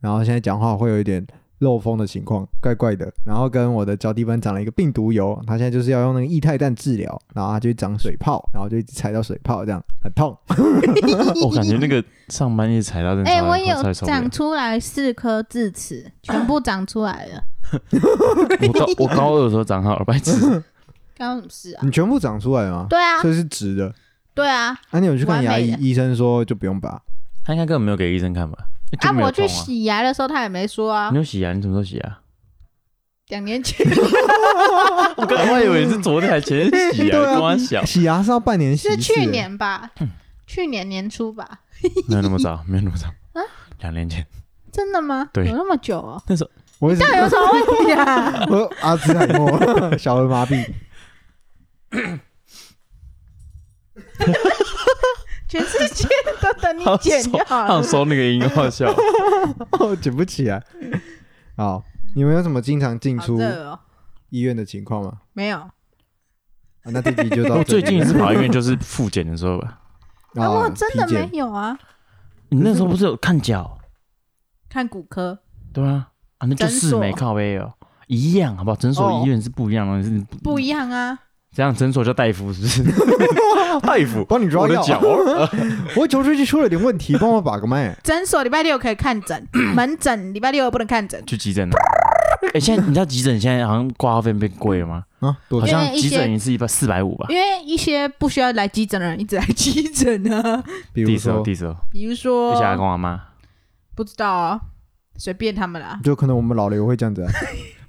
[SPEAKER 3] 然后现在讲话会有一点漏风的情况，怪怪的。然后跟我的脚底板长了一个病毒疣，它现在就是要用那个液态氮治疗，然后它就会长水泡，然后就一直踩到水泡，这样很痛。
[SPEAKER 2] *laughs* 哦我感觉那个上班一直踩到真的
[SPEAKER 1] 哎、
[SPEAKER 2] 超
[SPEAKER 1] 我
[SPEAKER 2] 超
[SPEAKER 1] 有
[SPEAKER 2] 超受不了
[SPEAKER 1] 长出来四颗智齿，全部长出来了，
[SPEAKER 2] 我高我高二的时候长好了，白痴。
[SPEAKER 1] *coughs* 干我什么事
[SPEAKER 2] 嗯
[SPEAKER 1] 啊？
[SPEAKER 3] 你全部长出来吗？
[SPEAKER 1] 对啊，
[SPEAKER 3] 所以是直的。
[SPEAKER 1] 对啊，
[SPEAKER 3] 那、你有去看牙
[SPEAKER 1] 完
[SPEAKER 3] 医
[SPEAKER 1] 美？的
[SPEAKER 3] 医生说就不用拔。
[SPEAKER 2] 他应该根本没有给医生看吧？就
[SPEAKER 1] 啊，
[SPEAKER 2] 没有
[SPEAKER 1] 我去
[SPEAKER 2] 痛啊
[SPEAKER 1] 洗牙的时候他也没说啊
[SPEAKER 2] 你，有洗牙？你什么时候洗啊牙？
[SPEAKER 1] 两年前
[SPEAKER 2] 我刚才以为你是昨天还前天洗牙，
[SPEAKER 3] 对啊
[SPEAKER 2] 跟我小，
[SPEAKER 3] 洗牙是要半年洗一
[SPEAKER 1] 是
[SPEAKER 3] 次
[SPEAKER 1] 去
[SPEAKER 3] 欸
[SPEAKER 1] 年吧，
[SPEAKER 2] 嗯
[SPEAKER 1] 去年年初吧，
[SPEAKER 2] 没有那么早，没有那么早。两年前，
[SPEAKER 1] 真的吗？
[SPEAKER 2] 对
[SPEAKER 1] 有那么久哦？
[SPEAKER 3] 我一直
[SPEAKER 1] 那有什么问题啊？
[SPEAKER 3] *laughs* 我阿兹海默 *laughs* 小儿麻痹。
[SPEAKER 1] 全世界都等你剪就好
[SPEAKER 2] 他
[SPEAKER 1] 了
[SPEAKER 2] 有。收那个音，好笑。
[SPEAKER 3] *laughs* 哦，捡不起来。好，你们有什么经常进
[SPEAKER 1] 好
[SPEAKER 3] 出
[SPEAKER 1] 热哦，
[SPEAKER 3] 医院的情况吗？
[SPEAKER 1] 没有。
[SPEAKER 3] 啊、那这集就到
[SPEAKER 2] *laughs* 我
[SPEAKER 3] 这
[SPEAKER 2] 最
[SPEAKER 3] 里
[SPEAKER 2] 近一次跑医院就是复检的时候吧。
[SPEAKER 1] 啊，
[SPEAKER 3] 啊，
[SPEAKER 1] 我真的
[SPEAKER 3] 体检
[SPEAKER 1] 没有啊，
[SPEAKER 2] 你那时候不是有看脚？
[SPEAKER 1] 看骨科。
[SPEAKER 2] 对啊，啊，那就是没
[SPEAKER 1] 诊所
[SPEAKER 2] 靠背哦，一样好不好？诊所、
[SPEAKER 1] 哦
[SPEAKER 2] 医院是不一样的，是
[SPEAKER 1] 不一样啊，
[SPEAKER 2] 这样诊所叫大夫是不是？大夫，
[SPEAKER 3] 帮你 *laughs* 抓
[SPEAKER 2] 我的
[SPEAKER 3] 药。啊
[SPEAKER 2] 脚，哦
[SPEAKER 3] 我球出去出了点问题，帮我把个脉。
[SPEAKER 1] 诊所礼拜六可以看诊，门诊礼拜六不能看诊，
[SPEAKER 2] 去急诊了。哎，现在你知道急诊现在好像挂号费变贵了吗？
[SPEAKER 3] 啊，多
[SPEAKER 2] *laughs* 好
[SPEAKER 3] 少？
[SPEAKER 1] 因为
[SPEAKER 2] 像
[SPEAKER 1] 一
[SPEAKER 2] 急
[SPEAKER 1] 些
[SPEAKER 2] 诊一次一百四百五吧。
[SPEAKER 1] 因为一些不需要来急诊的人一直来 *laughs* 急诊啊，
[SPEAKER 3] 比
[SPEAKER 2] 第
[SPEAKER 3] 如
[SPEAKER 2] 一次哦，
[SPEAKER 3] 说，
[SPEAKER 2] 第一次哦，
[SPEAKER 1] 比如
[SPEAKER 2] 一下跟
[SPEAKER 1] 说
[SPEAKER 2] 我妈。
[SPEAKER 1] 不知道啊，随便他们啦。
[SPEAKER 3] 就可能我们老了也会这样
[SPEAKER 2] *laughs*
[SPEAKER 3] 子啊。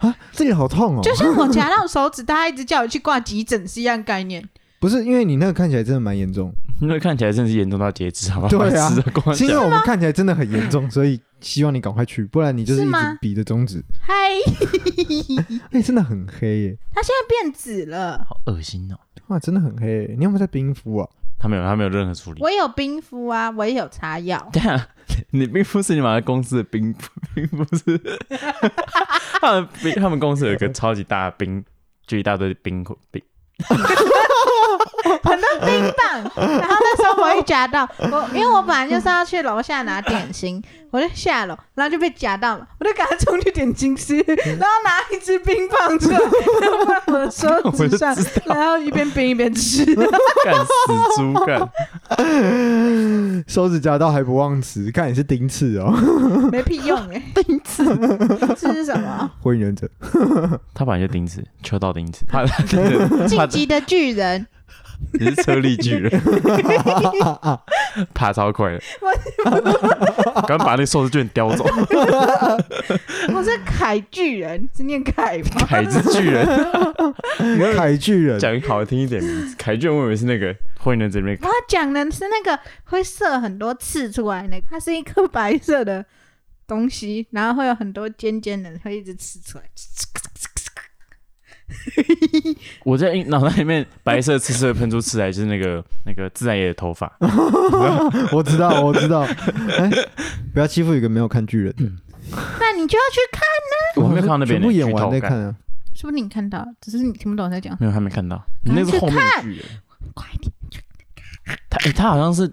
[SPEAKER 3] 啊，这里好痛哦。
[SPEAKER 1] 就像我夹到手指，他一直叫我去挂急诊是一样概念。
[SPEAKER 3] 不是因为你那个看起来真的蛮严重，
[SPEAKER 2] 因为看起来真是严重到截肢，好吧？
[SPEAKER 3] 对
[SPEAKER 2] *laughs*
[SPEAKER 3] 啊
[SPEAKER 2] 白痴跟我
[SPEAKER 3] 是因为
[SPEAKER 2] 讲
[SPEAKER 3] 我们看起来真的很严重，所以希望你赶快去，不然你就是
[SPEAKER 1] 是
[SPEAKER 3] 一直
[SPEAKER 1] 吗
[SPEAKER 3] 比着中指。
[SPEAKER 1] 嗨，
[SPEAKER 3] 哎，真的很黑耶！
[SPEAKER 1] 他现在变紫了，
[SPEAKER 2] 好恶心哦。
[SPEAKER 3] 哇，真的很黑耶。你有没有在冰敷啊？
[SPEAKER 2] 他没有，他没有任何处理。
[SPEAKER 1] 我也有冰敷啊，我也有擦药，
[SPEAKER 2] 等一下， *laughs* 你并不是你买的公司的冰， *laughs* 并不是 *laughs* 他们冰，他们公司有一个超级大的冰，就一大堆冰库冰。
[SPEAKER 1] 很多冰棒。然后那时候我会夹到我，因为我本来就是要去楼下拿点心，我就下楼，然后就被夹到嘛，我就赶快冲去点心吃，然后拿一支冰棒出来，然后放我的手指上
[SPEAKER 2] 我就，
[SPEAKER 1] 然后一边冰一边吃。
[SPEAKER 2] 干死猪干！
[SPEAKER 3] 手指夹到还不忘词，看你是丁次哦， *laughs*
[SPEAKER 1] 没屁用哎、欸。钉子，这是什么？
[SPEAKER 3] 火影忍者。
[SPEAKER 2] 他本来就钉子，秋刀钉子，
[SPEAKER 1] *laughs*
[SPEAKER 2] 他他真的
[SPEAKER 1] 晋级的巨人，
[SPEAKER 2] 你是车力巨人， *laughs* 爬超快的， *laughs* 刚把那个寿司卷叼走，
[SPEAKER 1] 我是凯巨人，是念凯吗？
[SPEAKER 2] 凯之巨人，
[SPEAKER 3] *laughs* 凯巨人，
[SPEAKER 2] *laughs* 讲好听一点名字，凯巨人我以为是那个火影忍者里面
[SPEAKER 1] 我要讲的是那个会射很多刺出来那个，它是一颗白色的东西，然后会有很多尖尖的，会一直刺出来。
[SPEAKER 2] 我在脑袋里面白色刺刺会喷出刺来，就是那个那个自然野的
[SPEAKER 3] *laughs*
[SPEAKER 2] 头发，然
[SPEAKER 3] 我知道，我知道。
[SPEAKER 2] *laughs*
[SPEAKER 3] 哎、不要欺负一个没有看巨人的。
[SPEAKER 1] 那你就要去看，
[SPEAKER 2] 嗯我没有看到那边
[SPEAKER 3] 全部演完再
[SPEAKER 2] 剧透
[SPEAKER 3] 看啊。
[SPEAKER 1] 是不是你看到？只是你听不懂我在讲。
[SPEAKER 2] 没有还没看到，你那是后面的巨人，
[SPEAKER 1] 快点，
[SPEAKER 2] 他诶他好像是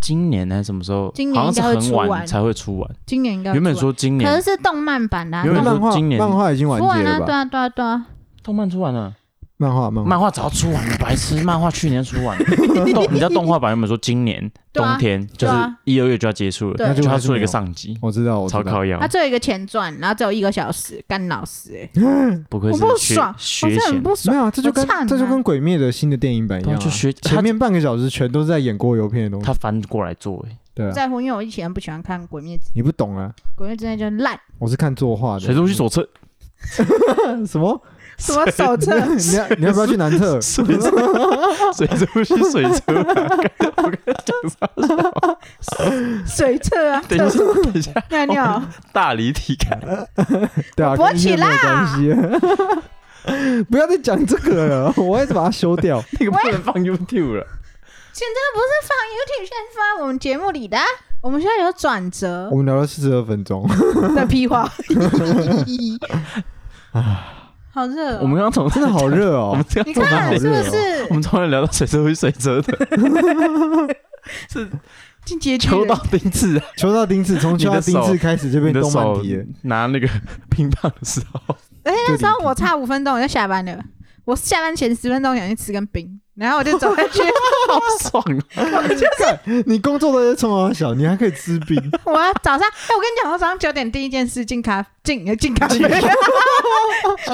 [SPEAKER 2] 今年还是什么时候，
[SPEAKER 1] 今年
[SPEAKER 2] 好像
[SPEAKER 1] 应该会
[SPEAKER 2] 是很
[SPEAKER 1] 出完
[SPEAKER 2] 晚才会出完，
[SPEAKER 1] 今年应该会
[SPEAKER 2] 原本
[SPEAKER 1] 出完，
[SPEAKER 2] 说今
[SPEAKER 1] 可
[SPEAKER 2] 年
[SPEAKER 1] 是是动漫版的、啊，
[SPEAKER 2] 原本
[SPEAKER 1] 动
[SPEAKER 2] 说
[SPEAKER 3] 漫画
[SPEAKER 2] 今年
[SPEAKER 3] 漫画已经完
[SPEAKER 1] 出完
[SPEAKER 3] 结
[SPEAKER 1] 啊，
[SPEAKER 3] 了
[SPEAKER 1] 对
[SPEAKER 3] 吧？
[SPEAKER 1] 啊，对啊，对啊，
[SPEAKER 2] 动漫出完了，
[SPEAKER 3] 漫画漫画
[SPEAKER 2] 漫画早出完了，白痴，漫画去年出
[SPEAKER 1] *laughs*
[SPEAKER 2] 完了，动你知道动画版原本说今年
[SPEAKER 1] 对啊
[SPEAKER 2] 冬天就是
[SPEAKER 1] 对啊
[SPEAKER 2] 一二月就要结束
[SPEAKER 1] 对
[SPEAKER 2] 了，
[SPEAKER 1] 那
[SPEAKER 2] 就
[SPEAKER 3] 就还
[SPEAKER 2] 他
[SPEAKER 3] 是
[SPEAKER 2] 出了一
[SPEAKER 3] 没有
[SPEAKER 2] 个上集，
[SPEAKER 3] *laughs* 我知道，我知
[SPEAKER 2] 超
[SPEAKER 3] 道。 *laughs*
[SPEAKER 2] 靠腰
[SPEAKER 1] 它，只有一个前传，然后只有一个小时，干老师哎、
[SPEAKER 2] 不愧
[SPEAKER 1] 我
[SPEAKER 2] 是
[SPEAKER 1] 不
[SPEAKER 2] 学
[SPEAKER 1] 爽，我
[SPEAKER 2] 学
[SPEAKER 1] 是很
[SPEAKER 2] 贤，
[SPEAKER 1] 不
[SPEAKER 3] 没
[SPEAKER 1] 爽。
[SPEAKER 3] 有啊，这就跟
[SPEAKER 1] 我看啊
[SPEAKER 3] 这就跟《鬼灭》的新的电影版一
[SPEAKER 2] 对
[SPEAKER 3] 样、啊，
[SPEAKER 2] 啊就学
[SPEAKER 3] 前
[SPEAKER 2] 他
[SPEAKER 3] 面半个小时全都是在演过油片的东西
[SPEAKER 2] 他。翻过来做，欸诶
[SPEAKER 3] 对
[SPEAKER 1] 不
[SPEAKER 3] 啊，
[SPEAKER 1] 在乎，因为我以前不喜欢看《鬼灭之
[SPEAKER 3] 你不懂啊，
[SPEAKER 1] 鬼灭之刃》，就烂，
[SPEAKER 3] 我是看作画的。
[SPEAKER 2] 水中去手 *laughs* 册，
[SPEAKER 3] *laughs* 什么？，
[SPEAKER 1] 什么手册
[SPEAKER 2] *laughs*
[SPEAKER 3] 你要你要不要去南侧？
[SPEAKER 2] 水车，水车是水车， *laughs* 我跟他讲啥？
[SPEAKER 1] 水册啊，
[SPEAKER 2] 等一
[SPEAKER 1] 厕
[SPEAKER 2] 下，等
[SPEAKER 1] 尿
[SPEAKER 2] 一下，
[SPEAKER 1] 尿。
[SPEAKER 2] 大离题感。
[SPEAKER 3] 对啊，
[SPEAKER 1] 勃
[SPEAKER 3] 跟音乐
[SPEAKER 2] 啊
[SPEAKER 1] 起啦
[SPEAKER 3] 没有关系。 *laughs* 不要再讲这个了，我要把它修
[SPEAKER 2] *laughs*
[SPEAKER 3] 掉。
[SPEAKER 2] 那个不能放 YouTube 了。
[SPEAKER 1] 现在不是放 YouTube，现在放在我们节目里的啊、我们现在有转折
[SPEAKER 3] 我们聊了四十二分钟，
[SPEAKER 1] 的屁话。 *laughs* 好热哦、
[SPEAKER 2] *laughs* 我们刚刚 *laughs* 从
[SPEAKER 3] 真的好热
[SPEAKER 2] 我
[SPEAKER 3] 哦
[SPEAKER 2] 们！刚
[SPEAKER 1] 你
[SPEAKER 2] 刚从哪
[SPEAKER 1] 看
[SPEAKER 2] 里？
[SPEAKER 1] 是不
[SPEAKER 3] 好
[SPEAKER 2] *laughs* 我
[SPEAKER 1] 是
[SPEAKER 2] 们从来聊到水车会水车 *laughs* 的，是
[SPEAKER 1] 进阶区
[SPEAKER 2] 求到
[SPEAKER 1] 了？
[SPEAKER 2] 丁字啊！
[SPEAKER 3] 求到丁字，从求到丁字开始就
[SPEAKER 2] *laughs* 你
[SPEAKER 3] 变
[SPEAKER 2] 的
[SPEAKER 3] 动漫
[SPEAKER 2] 手
[SPEAKER 3] 题了。
[SPEAKER 2] 拿那个乒乓的时候，
[SPEAKER 1] 而且那时候我差五分钟我就下班了，我下班前十分钟想去吃根冰，然后我就走下去，
[SPEAKER 2] *laughs* 好爽 *laughs* 啊！
[SPEAKER 3] 看你工作都在冲啊小，你还可以吃冰，
[SPEAKER 1] 我要早上，哎、我跟你讲，我早上九点第一件事进咖进呃进咖啡 *laughs*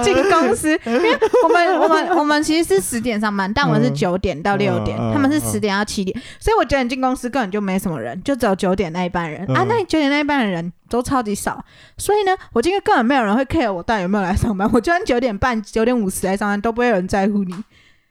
[SPEAKER 1] 进公司，因为我们我们我们其实是十点上班，但我们是
[SPEAKER 3] 嗯
[SPEAKER 1] 九点到六点，
[SPEAKER 3] 嗯嗯
[SPEAKER 1] 他们是
[SPEAKER 3] 嗯
[SPEAKER 1] 十点到七点，所以我九点进公司根本就没什么人，就只有九点那一班人、啊
[SPEAKER 3] 嗯，
[SPEAKER 1] 那九点那一班的人都超级少，所以呢，我今天根本没有人会 care 我到底有没有来上班，我就算九点半、九点五十来上班都不会有人在乎你。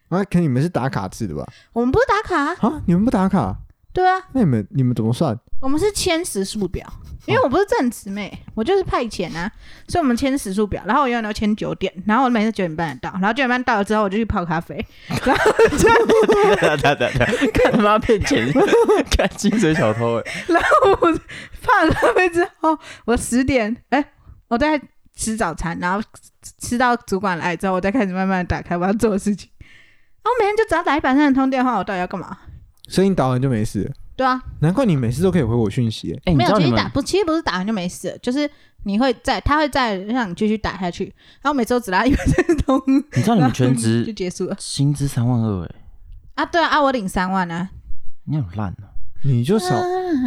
[SPEAKER 3] 啊，可你们是打卡制的吧？
[SPEAKER 1] 我们不是打卡、啊，
[SPEAKER 3] 啊，你们不打卡，
[SPEAKER 1] 对啊，
[SPEAKER 3] 那你们你们怎么算？
[SPEAKER 1] 我们是签时数表，
[SPEAKER 2] 哦
[SPEAKER 1] 因为我不是正职妹，我就是派遣啊，所以我们签时数表，然后我永远都签九点，然后我每次九点半到，然后九点半到了之后我就去泡咖
[SPEAKER 2] *laughs*
[SPEAKER 1] 啡，
[SPEAKER 2] 对对对，对看他妈骗钱， *laughs* 看金水小偷哎！
[SPEAKER 1] 然后我泡了咖啡之后，我十点哎、我在吃早餐，然后吃到主管来之后，我再开始慢慢地打开我要做的事情，然后每天就只要打一百三十通电话，我到底要干嘛？
[SPEAKER 3] 所以你打完就没事了，
[SPEAKER 1] 对啊，
[SPEAKER 3] 难怪你每次都可以回我讯息、欸。
[SPEAKER 2] 哎，你
[SPEAKER 1] 没
[SPEAKER 2] 知道
[SPEAKER 1] 有，其
[SPEAKER 2] 你
[SPEAKER 1] 实打
[SPEAKER 2] 们
[SPEAKER 1] 不，其实不是打完就没事了，就是你会在，他会再让你继续打下去，然后每周只拉一百三十通，
[SPEAKER 2] 你知道你
[SPEAKER 1] *laughs* 嗯
[SPEAKER 2] 们全职
[SPEAKER 1] 就结束了。
[SPEAKER 2] 薪资三万二哎，
[SPEAKER 1] 啊，对啊，啊我领三万啊，
[SPEAKER 2] 你好烂啊！
[SPEAKER 3] 你就少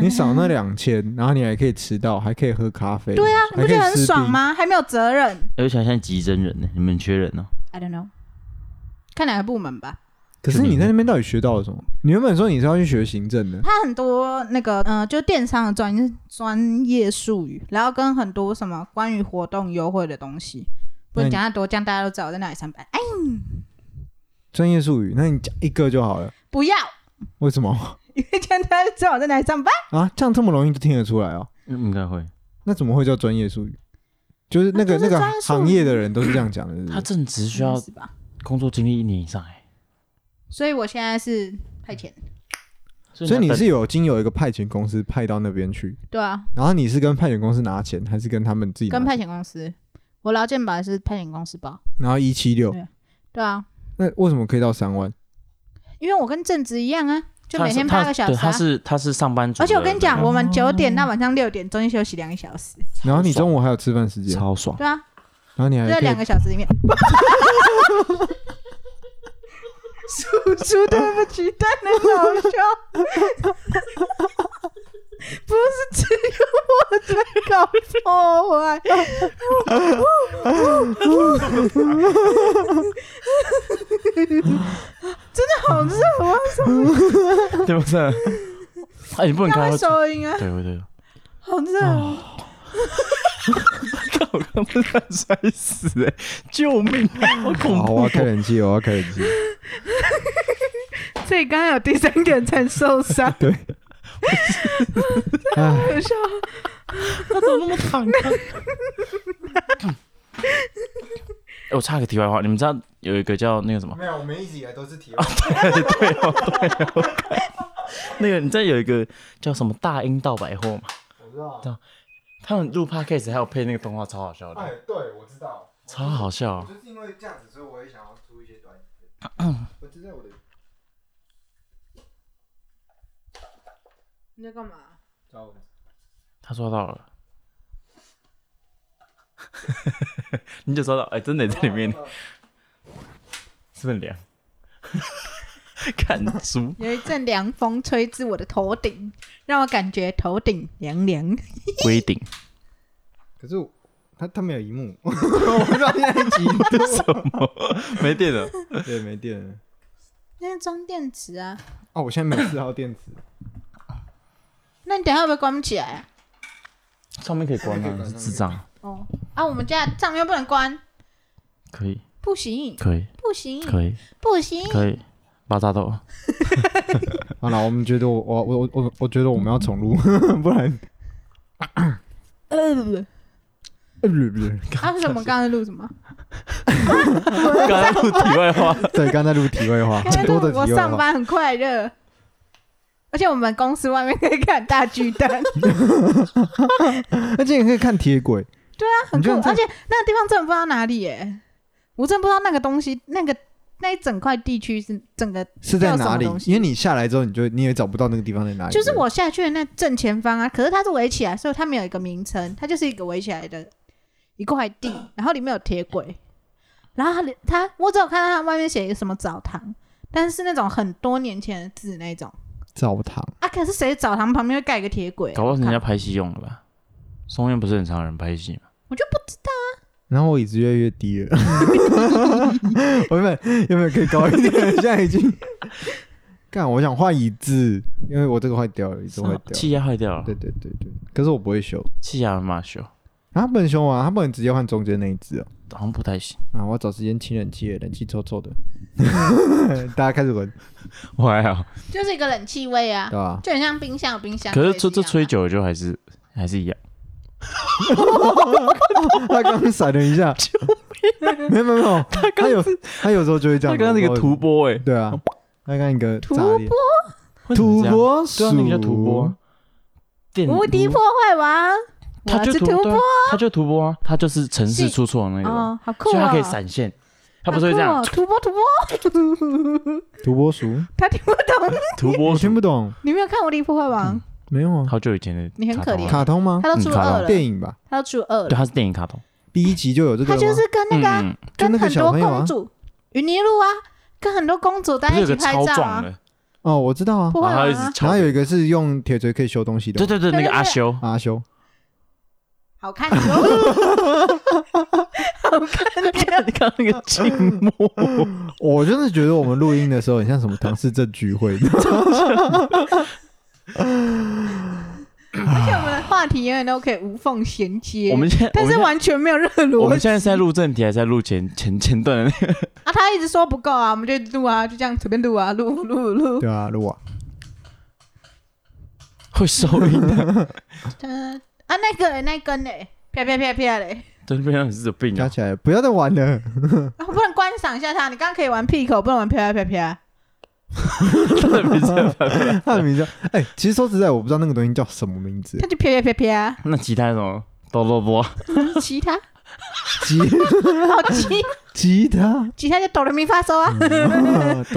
[SPEAKER 3] 你少那两千，然后你还可以吃到，还可以喝咖啡，
[SPEAKER 1] 对啊，你
[SPEAKER 3] 还
[SPEAKER 1] 不
[SPEAKER 3] 可
[SPEAKER 1] 觉
[SPEAKER 3] 以
[SPEAKER 1] 得很
[SPEAKER 3] 吃
[SPEAKER 1] 爽
[SPEAKER 3] 冰？
[SPEAKER 1] 吗？还没有责任
[SPEAKER 2] 而且现在急真人呢，你们缺人哦。
[SPEAKER 1] ，I don't know，看哪个部门吧。
[SPEAKER 3] 可是你在那边到底学到了什么？你原本说你是要去学行政的，
[SPEAKER 1] 它很多那个，嗯、呃，就电商的专业专业术语，然后跟很多什么关于活动优惠的东西，不
[SPEAKER 3] 那
[SPEAKER 1] 能
[SPEAKER 3] 你
[SPEAKER 1] 讲太多，这样大家都知道我在哪里上班。哎，
[SPEAKER 3] 专业术语，那你讲一个就好了。
[SPEAKER 1] 不要， *laughs*
[SPEAKER 3] 为什么
[SPEAKER 1] 因为这样大家都知道我在哪里上班。
[SPEAKER 3] 啊？这样这么容易就听得出来哦？
[SPEAKER 2] 应该会，
[SPEAKER 3] 那怎么会叫专业术语？就是那个、
[SPEAKER 1] 啊就是
[SPEAKER 3] 那个
[SPEAKER 1] 专业术语
[SPEAKER 3] 行业的人都是这样讲的是不
[SPEAKER 2] 他
[SPEAKER 3] 是，
[SPEAKER 2] 正职需要
[SPEAKER 1] 是吧？
[SPEAKER 2] 工作经历一年以上哎，
[SPEAKER 1] 所以我现在是派遣，
[SPEAKER 3] 所以你
[SPEAKER 2] 要
[SPEAKER 3] 是有经有一个派遣公司派到那边去，
[SPEAKER 1] 对啊，
[SPEAKER 3] 然后你是跟派遣公司拿钱，还是跟他们自己拿
[SPEAKER 1] 跟派
[SPEAKER 3] 钱？
[SPEAKER 1] 遣公司，我劳健保是派遣公司包，
[SPEAKER 3] 然后一七六，
[SPEAKER 1] 对啊，
[SPEAKER 3] 那为什么可以到三万？
[SPEAKER 1] 因为我跟正职一样啊，就
[SPEAKER 2] 他
[SPEAKER 1] 每
[SPEAKER 2] 是
[SPEAKER 1] 天
[SPEAKER 2] 他
[SPEAKER 1] 八个小时、
[SPEAKER 2] 对，他
[SPEAKER 1] 啊。
[SPEAKER 2] 是他是上班族的，
[SPEAKER 1] 而且我跟你讲，
[SPEAKER 2] 对
[SPEAKER 1] 我们
[SPEAKER 3] 哦
[SPEAKER 1] 九点到晚上六点中间休息两个小时，
[SPEAKER 3] 然后你中午还有吃饭时间，然
[SPEAKER 2] 超爽。
[SPEAKER 1] *laughs* 对啊，
[SPEAKER 3] 后你还
[SPEAKER 1] 这
[SPEAKER 3] 可
[SPEAKER 1] 两
[SPEAKER 3] 以
[SPEAKER 1] 个小时里面，叔叔对不起，但很好笑，不是只有我在搞破坏， *laughs* 真的好热，我要
[SPEAKER 2] 对不对？哎，你不能
[SPEAKER 1] 赶快
[SPEAKER 2] 开到
[SPEAKER 1] 收音啊，
[SPEAKER 2] 对对 *laughs* 对，
[SPEAKER 1] 好热哦。
[SPEAKER 2] 看我刚刚差点摔死哎！救命啊！好恐
[SPEAKER 3] 好，
[SPEAKER 2] 怖
[SPEAKER 3] 我要开冷气，我要开冷气。
[SPEAKER 1] 所以刚刚有第三个人才受伤，
[SPEAKER 3] *laughs*
[SPEAKER 1] *laughs*
[SPEAKER 3] 对，哎，
[SPEAKER 1] 好笑。
[SPEAKER 2] 他怎么那啊么坦
[SPEAKER 1] *laughs*
[SPEAKER 2] 荡？哎，我插个题外话，你们知道有一个叫那个什么？
[SPEAKER 3] *laughs* 没有，我们一直以来都是
[SPEAKER 2] *laughs*
[SPEAKER 3] 体
[SPEAKER 2] 对哦，对哦，那个你知道有一个叫什么大英道百货吗？
[SPEAKER 3] 我知道。
[SPEAKER 2] 他们录 podcast 还有配那个动画，超好笑的，，
[SPEAKER 3] 哎对，我知道。
[SPEAKER 2] 超好笑啊。
[SPEAKER 3] 就是因为这样子，所以我也想要出一些短 *coughs* 片。我知道我的，
[SPEAKER 1] 你在干嘛？
[SPEAKER 3] 找我的。
[SPEAKER 2] 他抓到了， *laughs* 你就抓到，哎、真的在里面，是不是很凉？ *laughs* 看猪，
[SPEAKER 1] 有一阵凉风吹至我的头顶，让我感觉头顶凉凉。
[SPEAKER 2] 龟顶，
[SPEAKER 3] 可是我他他没有一幕， *laughs* 我不知道现在几幕。
[SPEAKER 2] 没电了。
[SPEAKER 3] 对，没电了。
[SPEAKER 1] 那是装电池啊，
[SPEAKER 3] 哦，我现在没有四号电池。
[SPEAKER 1] 那你等一下会不会关不起来啊？
[SPEAKER 2] 上面可以关吗？是智障，
[SPEAKER 1] 哦，啊，我们家上面又不能关，
[SPEAKER 2] 可以，
[SPEAKER 1] 不行，
[SPEAKER 2] 可以，
[SPEAKER 1] 不行，
[SPEAKER 2] 可以，
[SPEAKER 1] 不行。
[SPEAKER 2] 可以，爆炸豆，
[SPEAKER 3] 好了，我们觉得我我我
[SPEAKER 1] *laughs*
[SPEAKER 3] *laughs* 我我觉得我们要重录，不然
[SPEAKER 1] 呃，
[SPEAKER 3] 不是不是，
[SPEAKER 1] 他是什么？刚才录什
[SPEAKER 3] *laughs*
[SPEAKER 1] 么？
[SPEAKER 2] 刚才录题外话，
[SPEAKER 3] 对，刚才录题
[SPEAKER 1] *laughs*
[SPEAKER 3] 外话，
[SPEAKER 1] 刚才
[SPEAKER 3] 很
[SPEAKER 1] 录
[SPEAKER 3] 多的
[SPEAKER 1] 我
[SPEAKER 3] 题外
[SPEAKER 1] 上
[SPEAKER 3] 话。
[SPEAKER 1] 班很快乐，而且我们公司外面可以看大巨蛋，
[SPEAKER 3] 那今天可以看铁轨，
[SPEAKER 1] 它很
[SPEAKER 3] 你
[SPEAKER 1] 酷
[SPEAKER 3] 这样。看
[SPEAKER 1] 而且那个地方真的不知道哪里耶，我真的不知道那个东西，那个那一整块地区是整个，
[SPEAKER 3] 是在哪
[SPEAKER 1] 叫
[SPEAKER 3] 里
[SPEAKER 1] 什么东？西
[SPEAKER 3] 因为你下来之后，你就你也找不到那个地方在哪里。
[SPEAKER 1] 就是我下去的那正前方啊。可是它是围起来，所以它没有一个名称，它就是一个围起来的一块
[SPEAKER 2] *laughs*
[SPEAKER 1] 地，然后里面有铁轨，然后它里它我只有看到它外面写一个什么澡堂，但是是那种很多年前的字那种。
[SPEAKER 3] 澡堂，
[SPEAKER 1] 啊！可是谁澡堂旁边会盖一个铁轨啊？
[SPEAKER 2] 搞不好是人
[SPEAKER 1] 我
[SPEAKER 2] 家
[SPEAKER 1] 靠
[SPEAKER 2] 拍戏用的吧？松烟不是很常有人拍戏吗？
[SPEAKER 1] 我就不知道。
[SPEAKER 3] 然后我椅子越来越
[SPEAKER 1] *laughs*
[SPEAKER 3] 低了。我原本原本可以高一点，现在已经。 *laughs* 干，我想换椅子，因为我这个坏掉了，椅子坏掉了。
[SPEAKER 2] 哦气压坏掉了，
[SPEAKER 3] 对对对对，可是我不会修
[SPEAKER 2] 气压很马修，
[SPEAKER 3] 啊，不能修啊，他不能直接换中间那一只哦。
[SPEAKER 2] 好像不太行。
[SPEAKER 3] 啊，我要找时间清冷气了，冷气臭臭
[SPEAKER 2] *laughs*
[SPEAKER 3] 的，大家开始闻，
[SPEAKER 2] 我还
[SPEAKER 1] 啊
[SPEAKER 2] 好，
[SPEAKER 1] 就是一个冷气味啊
[SPEAKER 3] 对，
[SPEAKER 2] *laughs*
[SPEAKER 3] 吧？
[SPEAKER 1] 就很像冰箱有冰箱。
[SPEAKER 2] 可是这这吹
[SPEAKER 1] 酒，
[SPEAKER 2] 久了就还是还是一样。
[SPEAKER 3] 他刚刚闪了一下，没有没有没有，他有他有时候就会这
[SPEAKER 2] 他
[SPEAKER 3] 样。
[SPEAKER 2] 刚刚那个
[SPEAKER 3] 图，
[SPEAKER 2] 吐蕃哎，
[SPEAKER 3] 对啊，他刚刚一个
[SPEAKER 1] 吐
[SPEAKER 3] 炸裂，
[SPEAKER 2] 为什么
[SPEAKER 3] 吐
[SPEAKER 2] 这样，
[SPEAKER 3] 蕃
[SPEAKER 2] 对啊，那个叫吐
[SPEAKER 3] 鼠
[SPEAKER 2] 蕃，电
[SPEAKER 1] 无敌破坏王，
[SPEAKER 2] 他
[SPEAKER 1] 我
[SPEAKER 2] 就是吐
[SPEAKER 1] 突破
[SPEAKER 2] 对啊他就吐蕃啊，他就是城市
[SPEAKER 1] 是
[SPEAKER 2] 出错的那个，
[SPEAKER 1] 哦，好酷
[SPEAKER 2] 所以
[SPEAKER 1] 哦！
[SPEAKER 2] 他可以闪现，他不是会这
[SPEAKER 1] 好
[SPEAKER 2] 样
[SPEAKER 1] 酷哦突破突破， *laughs*
[SPEAKER 3] 吐蕃鼠，
[SPEAKER 1] 他听不懂。
[SPEAKER 2] 吐蕃
[SPEAKER 3] 我听
[SPEAKER 2] 鼠，
[SPEAKER 3] 不懂，
[SPEAKER 1] 你没有看《无敌破坏王》？
[SPEAKER 3] 没有啊，
[SPEAKER 2] 好久以前的，
[SPEAKER 1] 你很可怜
[SPEAKER 3] 卡通吗？
[SPEAKER 1] 他都初
[SPEAKER 2] 嗯卡
[SPEAKER 1] 二
[SPEAKER 2] 通
[SPEAKER 1] 了，
[SPEAKER 3] 电影吧，
[SPEAKER 1] 他都初二了，
[SPEAKER 2] 对，啊他是电影卡通，
[SPEAKER 3] 第一集就有这个
[SPEAKER 1] 他
[SPEAKER 3] 了吗
[SPEAKER 1] 就是跟那个啊
[SPEAKER 2] 嗯，
[SPEAKER 3] 就那
[SPEAKER 1] 跟
[SPEAKER 3] 个
[SPEAKER 1] 很
[SPEAKER 3] 小
[SPEAKER 1] 多
[SPEAKER 3] 朋友啊
[SPEAKER 1] 公主云泥路啊，跟很多公主
[SPEAKER 2] 不
[SPEAKER 1] 在
[SPEAKER 2] 是
[SPEAKER 1] 一
[SPEAKER 2] 有
[SPEAKER 1] 起
[SPEAKER 2] 个
[SPEAKER 1] 拍
[SPEAKER 2] 超
[SPEAKER 1] 照
[SPEAKER 2] 壮
[SPEAKER 1] 啊
[SPEAKER 2] 的，，
[SPEAKER 3] 哦，我知道啊，
[SPEAKER 1] 破
[SPEAKER 2] 然
[SPEAKER 1] 坏王
[SPEAKER 2] 后他一直
[SPEAKER 1] 啊，
[SPEAKER 3] 然
[SPEAKER 2] 敲
[SPEAKER 3] 后，有一个是用铁锤可以修东西的
[SPEAKER 2] 对
[SPEAKER 3] 嘛，
[SPEAKER 2] 对对，那
[SPEAKER 1] 对
[SPEAKER 2] 个
[SPEAKER 1] 对
[SPEAKER 2] 阿
[SPEAKER 1] 对 *laughs*
[SPEAKER 2] 修，
[SPEAKER 3] 阿修，
[SPEAKER 1] 好看哟，好看
[SPEAKER 2] 你看
[SPEAKER 1] 哟。
[SPEAKER 2] 你看那个静默，
[SPEAKER 3] 我真的觉得我们录音的时候很像什么唐氏症聚会，
[SPEAKER 1] 而且我们的话题永远都可以无缝衔接。
[SPEAKER 2] *laughs* 我们现在
[SPEAKER 1] 但
[SPEAKER 2] 我
[SPEAKER 1] 是
[SPEAKER 2] 们现在
[SPEAKER 1] 完全没有任何
[SPEAKER 2] 我
[SPEAKER 1] 逻
[SPEAKER 2] 们
[SPEAKER 1] 辑
[SPEAKER 2] 现在是在录正题，还是在录前前前段的那个？
[SPEAKER 1] 啊！他一直说不够啊，我们就录啊，就这样随便录啊，录录录。
[SPEAKER 3] 对啊，录啊，
[SPEAKER 2] 会收音的，
[SPEAKER 1] 嗯啊，那个嘞那根嘞，啪啪啪啪嘞，
[SPEAKER 2] 对面上是有病
[SPEAKER 3] 加
[SPEAKER 2] 啊！
[SPEAKER 3] 起来不要再玩了，
[SPEAKER 1] 啊，我不能观赏一下它。你刚刚可以玩 p i c 不能玩啪啪啪啪。
[SPEAKER 2] 真的没办法
[SPEAKER 3] 他的名字叫，哎，其实说实在，我不知道那个东西叫什么名字 *laughs*
[SPEAKER 1] 它，就啪啪啪
[SPEAKER 2] *laughs* 那其他什么哆啰波，
[SPEAKER 1] 啪，吉他，
[SPEAKER 3] 吉
[SPEAKER 1] 好吉，*laughs*
[SPEAKER 3] 吉他，哦
[SPEAKER 1] 吉他就哆来咪发嗦啊，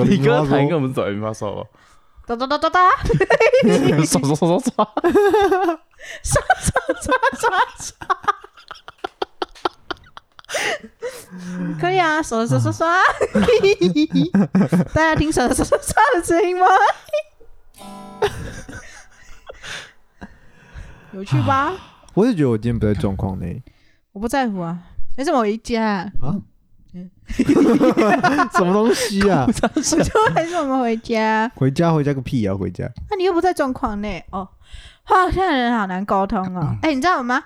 [SPEAKER 2] 你
[SPEAKER 3] 你
[SPEAKER 2] 哥弹跟我们走音发烧吧，
[SPEAKER 1] 哆哆哆哆哆，
[SPEAKER 2] 刷刷刷刷刷，
[SPEAKER 1] 刷刷刷刷刷。可以啊，刷刷刷刷，大家听刷刷刷刷的声音吗？有趣吧？
[SPEAKER 3] 我是觉得我今天不在状况内
[SPEAKER 1] 我不在乎啊，但是我一家，
[SPEAKER 3] 啊 *laughs*
[SPEAKER 1] 嗯，
[SPEAKER 3] 什么东西啊？
[SPEAKER 1] 我
[SPEAKER 3] *laughs*
[SPEAKER 1] 就还是我们回家。
[SPEAKER 3] 回家回家个屁啊！回家
[SPEAKER 1] 那你又不在状况内哦，哇，现在人好难沟通
[SPEAKER 3] 嗯
[SPEAKER 1] 哦。哎、你知道我吗？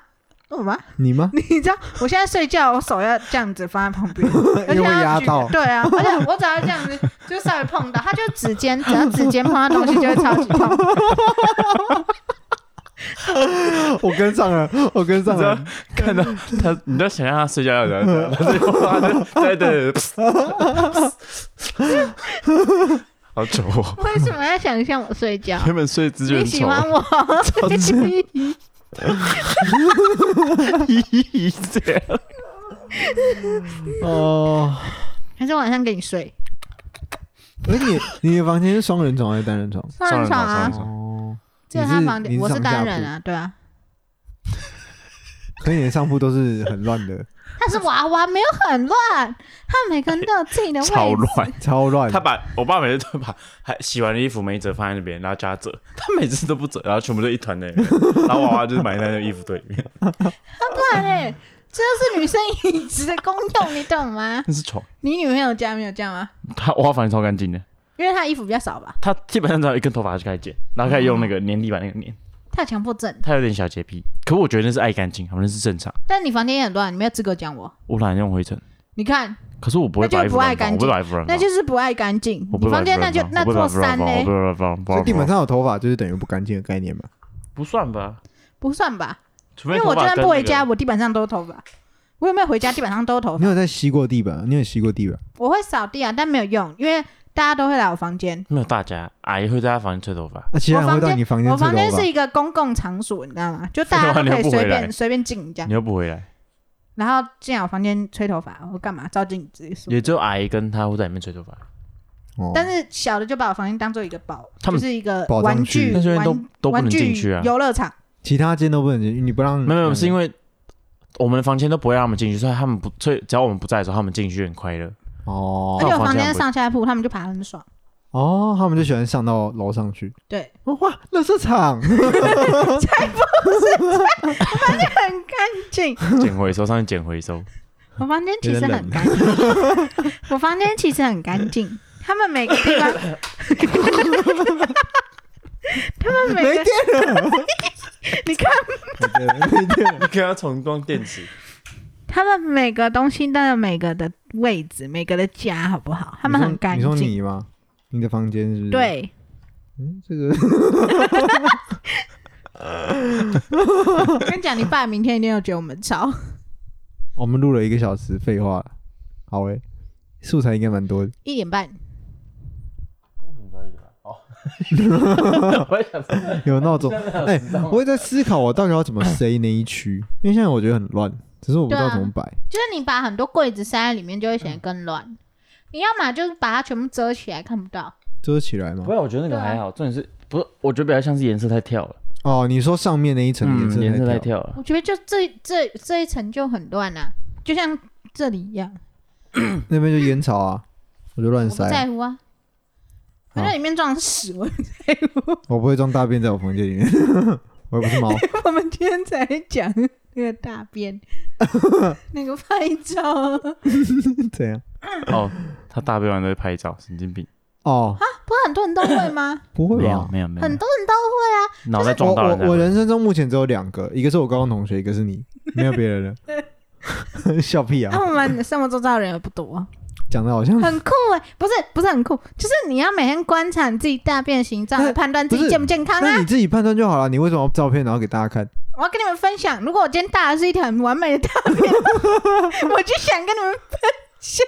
[SPEAKER 1] 我吗？
[SPEAKER 3] 你吗？
[SPEAKER 1] *laughs* 你知道我现在睡觉，我手要这样子放在旁
[SPEAKER 3] *laughs*
[SPEAKER 1] 边，而且
[SPEAKER 3] 因为
[SPEAKER 1] 要
[SPEAKER 3] 压
[SPEAKER 1] 举 *laughs*
[SPEAKER 3] 到
[SPEAKER 1] 对啊，而且我只要这样
[SPEAKER 3] *laughs*
[SPEAKER 1] 子，就稍微碰到，他就指尖，只要指尖碰到东西就会超级
[SPEAKER 3] *laughs*
[SPEAKER 1] 痛。
[SPEAKER 3] 我跟上了，我跟上了，
[SPEAKER 2] 看到他，你要想象他睡觉的样子，他就他就对对对，好丑哦！
[SPEAKER 1] 为什么要想象我睡觉？
[SPEAKER 2] 原本睡姿就
[SPEAKER 1] 你
[SPEAKER 2] 很
[SPEAKER 1] 喜
[SPEAKER 2] 丑，
[SPEAKER 1] 欢
[SPEAKER 3] *laughs*
[SPEAKER 1] 我？
[SPEAKER 2] 咦这样。
[SPEAKER 3] 哦。
[SPEAKER 1] 还是晚上给你睡？
[SPEAKER 3] 而且哎你你的房间是双人床还是单人床？
[SPEAKER 1] 上人床
[SPEAKER 2] 双
[SPEAKER 1] 啊
[SPEAKER 2] 人，床
[SPEAKER 3] 哦，
[SPEAKER 1] 这他房
[SPEAKER 3] 你
[SPEAKER 1] 间
[SPEAKER 3] 是
[SPEAKER 1] 我是
[SPEAKER 3] 上下
[SPEAKER 1] 单人啊，对啊。
[SPEAKER 3] 铺，可是你的上铺都是很乱的，
[SPEAKER 1] 但是娃娃没有很乱，他每个人都有自己的位
[SPEAKER 2] 超
[SPEAKER 1] 置。啊
[SPEAKER 2] 乱。
[SPEAKER 3] 超乱。
[SPEAKER 2] 他把我爸每次都把还洗完的衣服没折放在那边，然后叫他折，他每次都不折，然后全部就一团在那边，然后娃娃就是埋在那个衣服堆里面，
[SPEAKER 1] 不然嘞，欸这就是女生椅子的功用，你懂吗？
[SPEAKER 2] 那是床。
[SPEAKER 1] 你女朋友家没有这样吗？
[SPEAKER 2] 他娃娃房间超干净的，
[SPEAKER 1] 因为她衣服比较少吧，
[SPEAKER 2] 他基本上只要一根头发就开始剪，然后开始用那个粘地板那个粘，
[SPEAKER 1] 她有强迫症。
[SPEAKER 2] 他有点小洁癖，可我觉得那是爱干净，好像那是正常。
[SPEAKER 1] 但你房间也很乱，你没有资格讲我。
[SPEAKER 2] 我懒得用灰尘，
[SPEAKER 1] 你看，
[SPEAKER 2] 可是我不会把衣服
[SPEAKER 1] 那
[SPEAKER 2] 乱
[SPEAKER 1] 就不爱
[SPEAKER 2] 放，我
[SPEAKER 1] 干
[SPEAKER 2] 不
[SPEAKER 1] 净
[SPEAKER 2] 会把衣服乱放，
[SPEAKER 1] 那就是不爱干净。
[SPEAKER 2] 我不
[SPEAKER 1] 你
[SPEAKER 2] 会把
[SPEAKER 1] 房
[SPEAKER 2] 衣
[SPEAKER 1] 间
[SPEAKER 2] 服
[SPEAKER 1] 那就那
[SPEAKER 2] 乱放我不会把
[SPEAKER 1] 座
[SPEAKER 2] 衣服乱
[SPEAKER 1] 山
[SPEAKER 2] 放我不
[SPEAKER 1] 嘞，
[SPEAKER 3] 所
[SPEAKER 2] 会把衣服乱放，
[SPEAKER 3] 以地板
[SPEAKER 2] 上
[SPEAKER 3] 上有头发就是等于不干净的概念嘛？
[SPEAKER 2] 不算吧？
[SPEAKER 1] 不算吧？
[SPEAKER 2] 除
[SPEAKER 1] 因
[SPEAKER 2] 非
[SPEAKER 1] 为我就
[SPEAKER 2] 头发
[SPEAKER 1] 算
[SPEAKER 2] 跟
[SPEAKER 1] 不回
[SPEAKER 2] 那个
[SPEAKER 1] 家，我地板上都是头发。我有没有回家地板上都是头
[SPEAKER 3] 你
[SPEAKER 1] 发？
[SPEAKER 3] 有在吸过地板？你有吸过地板？
[SPEAKER 1] 我会扫地啊，但没有用，因为大家都会来我房间。
[SPEAKER 2] 没有大家，阿姨会在她房间吹头发，
[SPEAKER 3] 那啊其他人会到你房间
[SPEAKER 1] 我
[SPEAKER 3] 吹
[SPEAKER 1] 房间
[SPEAKER 3] 头发
[SPEAKER 1] 是？一个公共场所，你知道
[SPEAKER 2] *laughs*
[SPEAKER 1] 吗？就大家都可
[SPEAKER 2] 废话你
[SPEAKER 1] 以
[SPEAKER 2] 又不
[SPEAKER 1] 随
[SPEAKER 2] 回来
[SPEAKER 1] 便随便进这样
[SPEAKER 2] 你，又不回
[SPEAKER 1] 啊
[SPEAKER 2] 来，
[SPEAKER 1] 然后进来我房间吹头发，我干嘛照镜子？
[SPEAKER 2] 也只有阿姨跟她会在里面吹头发，
[SPEAKER 3] 哦
[SPEAKER 1] 但是小的就把我房间当做一个宝，
[SPEAKER 2] 他们
[SPEAKER 1] 就是一个
[SPEAKER 3] 宝藏
[SPEAKER 1] 玩具
[SPEAKER 3] 区
[SPEAKER 2] 但是因为
[SPEAKER 1] 玩
[SPEAKER 2] 都都不能
[SPEAKER 1] 玩具
[SPEAKER 2] 进去啊，
[SPEAKER 1] 游乐场。
[SPEAKER 3] 其他间都不能进，你不让
[SPEAKER 1] 嗯
[SPEAKER 2] 没有没有，是因
[SPEAKER 3] 为
[SPEAKER 2] 为我们的房间都不会让他们进去，所以他们不，所以只要我们不在的时候，他们进去很快乐。
[SPEAKER 3] 哦
[SPEAKER 1] 而且我房
[SPEAKER 2] 那我房间
[SPEAKER 1] 间
[SPEAKER 2] 不
[SPEAKER 1] 上下铺，他们就爬得很爽。
[SPEAKER 3] 哦，他们就喜欢上到楼上去。
[SPEAKER 1] 对，
[SPEAKER 3] 哇，垃圾场
[SPEAKER 1] 很干净。
[SPEAKER 2] 捡回收，上去捡回 *laughs* 收，
[SPEAKER 1] 我房间其实
[SPEAKER 3] 有点
[SPEAKER 1] 很
[SPEAKER 3] 冷
[SPEAKER 1] 干净， *laughs* 我房间其实很干净。他们每个地方， *laughs* 他们每
[SPEAKER 3] 没
[SPEAKER 1] 个
[SPEAKER 3] 电了，
[SPEAKER 1] *laughs* 你看，
[SPEAKER 3] 没电了。
[SPEAKER 2] 给他重装电池。
[SPEAKER 1] 他们每个东西都有每个的位置，每个的家，好不好？ *laughs* 他们很干
[SPEAKER 3] 你说你说
[SPEAKER 1] 净。
[SPEAKER 3] 你吗？你的房间是不是？，
[SPEAKER 1] 对，
[SPEAKER 3] 嗯，这个
[SPEAKER 1] 我跟你讲，你爸明天一定又觉得我们吵。
[SPEAKER 3] 我们录了一个小时废话了，好诶、素材应该蛮多的。
[SPEAKER 1] 一点半，
[SPEAKER 2] *laughs* 我也想说，
[SPEAKER 3] 有闹
[SPEAKER 2] *laughs*
[SPEAKER 3] 钟，哎、
[SPEAKER 2] 知道吗
[SPEAKER 3] 我也在思考我到底要怎么塞那一区，因为现在我觉得很乱，只是我不知道怎么摆。
[SPEAKER 1] 就是你把很多柜子塞在里面，就会显
[SPEAKER 3] 嗯
[SPEAKER 1] 得更乱。你要么就是把它全部遮起来，看不到。
[SPEAKER 3] 遮起来吗
[SPEAKER 2] 不？是，我觉得那个还好，重点是不是？我觉得比较像是颜色太跳了，
[SPEAKER 3] 哦，你说上面那一层颜
[SPEAKER 2] 嗯，
[SPEAKER 3] 色
[SPEAKER 2] 颜色
[SPEAKER 3] 太
[SPEAKER 2] 太
[SPEAKER 3] 跳，
[SPEAKER 2] 跳了。
[SPEAKER 1] 我觉得就这这这一层就很乱啊，就像这里一样。
[SPEAKER 3] 那边就烟草啊，我就乱
[SPEAKER 1] 我不
[SPEAKER 3] 塞
[SPEAKER 1] 在
[SPEAKER 3] 啊，
[SPEAKER 1] 乎啊，反
[SPEAKER 3] 好
[SPEAKER 1] 正里面装的是屎，我
[SPEAKER 3] 我不会装大便在我房间里面， *laughs* 我又不
[SPEAKER 1] *laughs*
[SPEAKER 3] 是猫。
[SPEAKER 1] 我们今天才讲那个大
[SPEAKER 3] *laughs*
[SPEAKER 1] 便，那个拍照，啊不
[SPEAKER 3] 这样
[SPEAKER 2] 哦， *laughs* 他大便完都会拍照，神经病。
[SPEAKER 3] 哦，
[SPEAKER 1] 是很多人都会
[SPEAKER 3] *laughs*
[SPEAKER 1] 吗？
[SPEAKER 3] 不会
[SPEAKER 2] 没有
[SPEAKER 3] 吧？
[SPEAKER 2] 没有没有，
[SPEAKER 1] 很多人都
[SPEAKER 2] 脑袋
[SPEAKER 3] 我
[SPEAKER 2] 撞到人才
[SPEAKER 3] 我我
[SPEAKER 2] 会。
[SPEAKER 3] 人生中目前只有两个，一个是我高中同学，一个是你，没有别人了。
[SPEAKER 2] *laughs*
[SPEAKER 3] 笑屁
[SPEAKER 1] 会，
[SPEAKER 3] 啊！
[SPEAKER 1] 那我们生活周遭的人也不多，
[SPEAKER 3] 讲的好像
[SPEAKER 1] 很酷哎、不是不是很酷，就是你要每天观察你自己大便的形状，
[SPEAKER 3] 那
[SPEAKER 1] 来判断自
[SPEAKER 3] 不
[SPEAKER 1] 己
[SPEAKER 3] 是
[SPEAKER 1] 健不健康
[SPEAKER 3] 那
[SPEAKER 1] 啊。
[SPEAKER 3] 你自己判断就好了。你为什么要照片然后给大家看？
[SPEAKER 1] 我要跟你们分享，如果我今天大的是一条很完美的大便， *laughs* 我就想跟你们分
[SPEAKER 3] *laughs*
[SPEAKER 1] 享。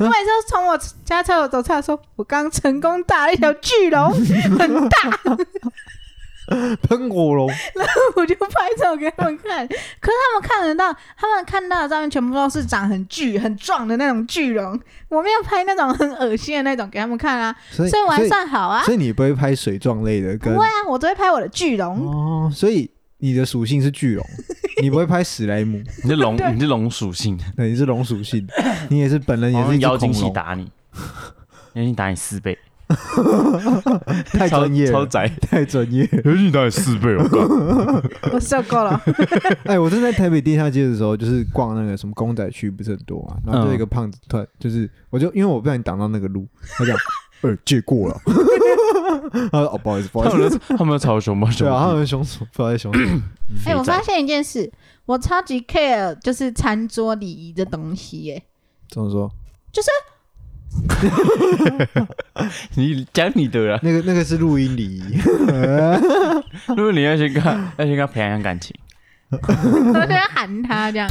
[SPEAKER 1] 我每次都从我家厕所走出来说，我刚成功大了一条巨龙， *laughs* 很大，
[SPEAKER 3] 喷火
[SPEAKER 2] *laughs*
[SPEAKER 3] 龙，
[SPEAKER 1] 我就拍照给他们看。可是他们看得到，他们看到的照片全部都是长很巨、很壮的那种巨龙，我没有拍那种很恶心的那种给他们看啊，
[SPEAKER 3] 所以
[SPEAKER 1] 所以我还
[SPEAKER 3] 所以
[SPEAKER 1] 算好啊。
[SPEAKER 3] 所以你不会拍水状类的
[SPEAKER 1] 不
[SPEAKER 3] 跟
[SPEAKER 1] 会啊，我只会拍我的巨龙，
[SPEAKER 3] 哦，所以你的属性是巨龙，你不会拍史莱姆， *laughs*
[SPEAKER 2] 你是 *laughs* 龙，
[SPEAKER 1] 对
[SPEAKER 2] 你是龙属性，
[SPEAKER 3] 对，你是龙属性，你也是本人也
[SPEAKER 2] 然后
[SPEAKER 3] 是一只
[SPEAKER 2] 哦妖精
[SPEAKER 3] 恐
[SPEAKER 2] 系
[SPEAKER 3] 龙，
[SPEAKER 2] 打你，妖精打你四倍，
[SPEAKER 3] 太专业
[SPEAKER 2] 超
[SPEAKER 3] 了，
[SPEAKER 2] 宅，
[SPEAKER 3] 太专业了。
[SPEAKER 2] 妖精打你四
[SPEAKER 3] *laughs*
[SPEAKER 2] 倍，我靠！
[SPEAKER 1] 我受够了。
[SPEAKER 3] 哎，我正在台北地下街的时候，就是逛那个什么公仔区，不是很多嘛，
[SPEAKER 2] 嗯
[SPEAKER 3] 然后就有一个胖子突然就是，我就因为我不小心挡到那个路，他
[SPEAKER 2] *laughs*
[SPEAKER 3] 讲，呃，借过了，他说哦，不好意思，不好
[SPEAKER 2] 他
[SPEAKER 3] 意
[SPEAKER 2] 们
[SPEAKER 3] 思，
[SPEAKER 2] 他们吵什么什
[SPEAKER 3] 对啊，他
[SPEAKER 2] 么？
[SPEAKER 3] 们凶手，不知道在凶什么， *coughs*
[SPEAKER 1] 哎、我
[SPEAKER 2] 肥宅
[SPEAKER 1] 发现一件事，我超级 care 就是餐桌礼仪的东西、耶。
[SPEAKER 3] 怎么说？
[SPEAKER 2] 你讲你的啊 *laughs* 啦，
[SPEAKER 3] 那个那个是录音礼仪，
[SPEAKER 2] 如果你要先跟他，要先跟他培养感情，
[SPEAKER 1] 哎，我就会喊他这样。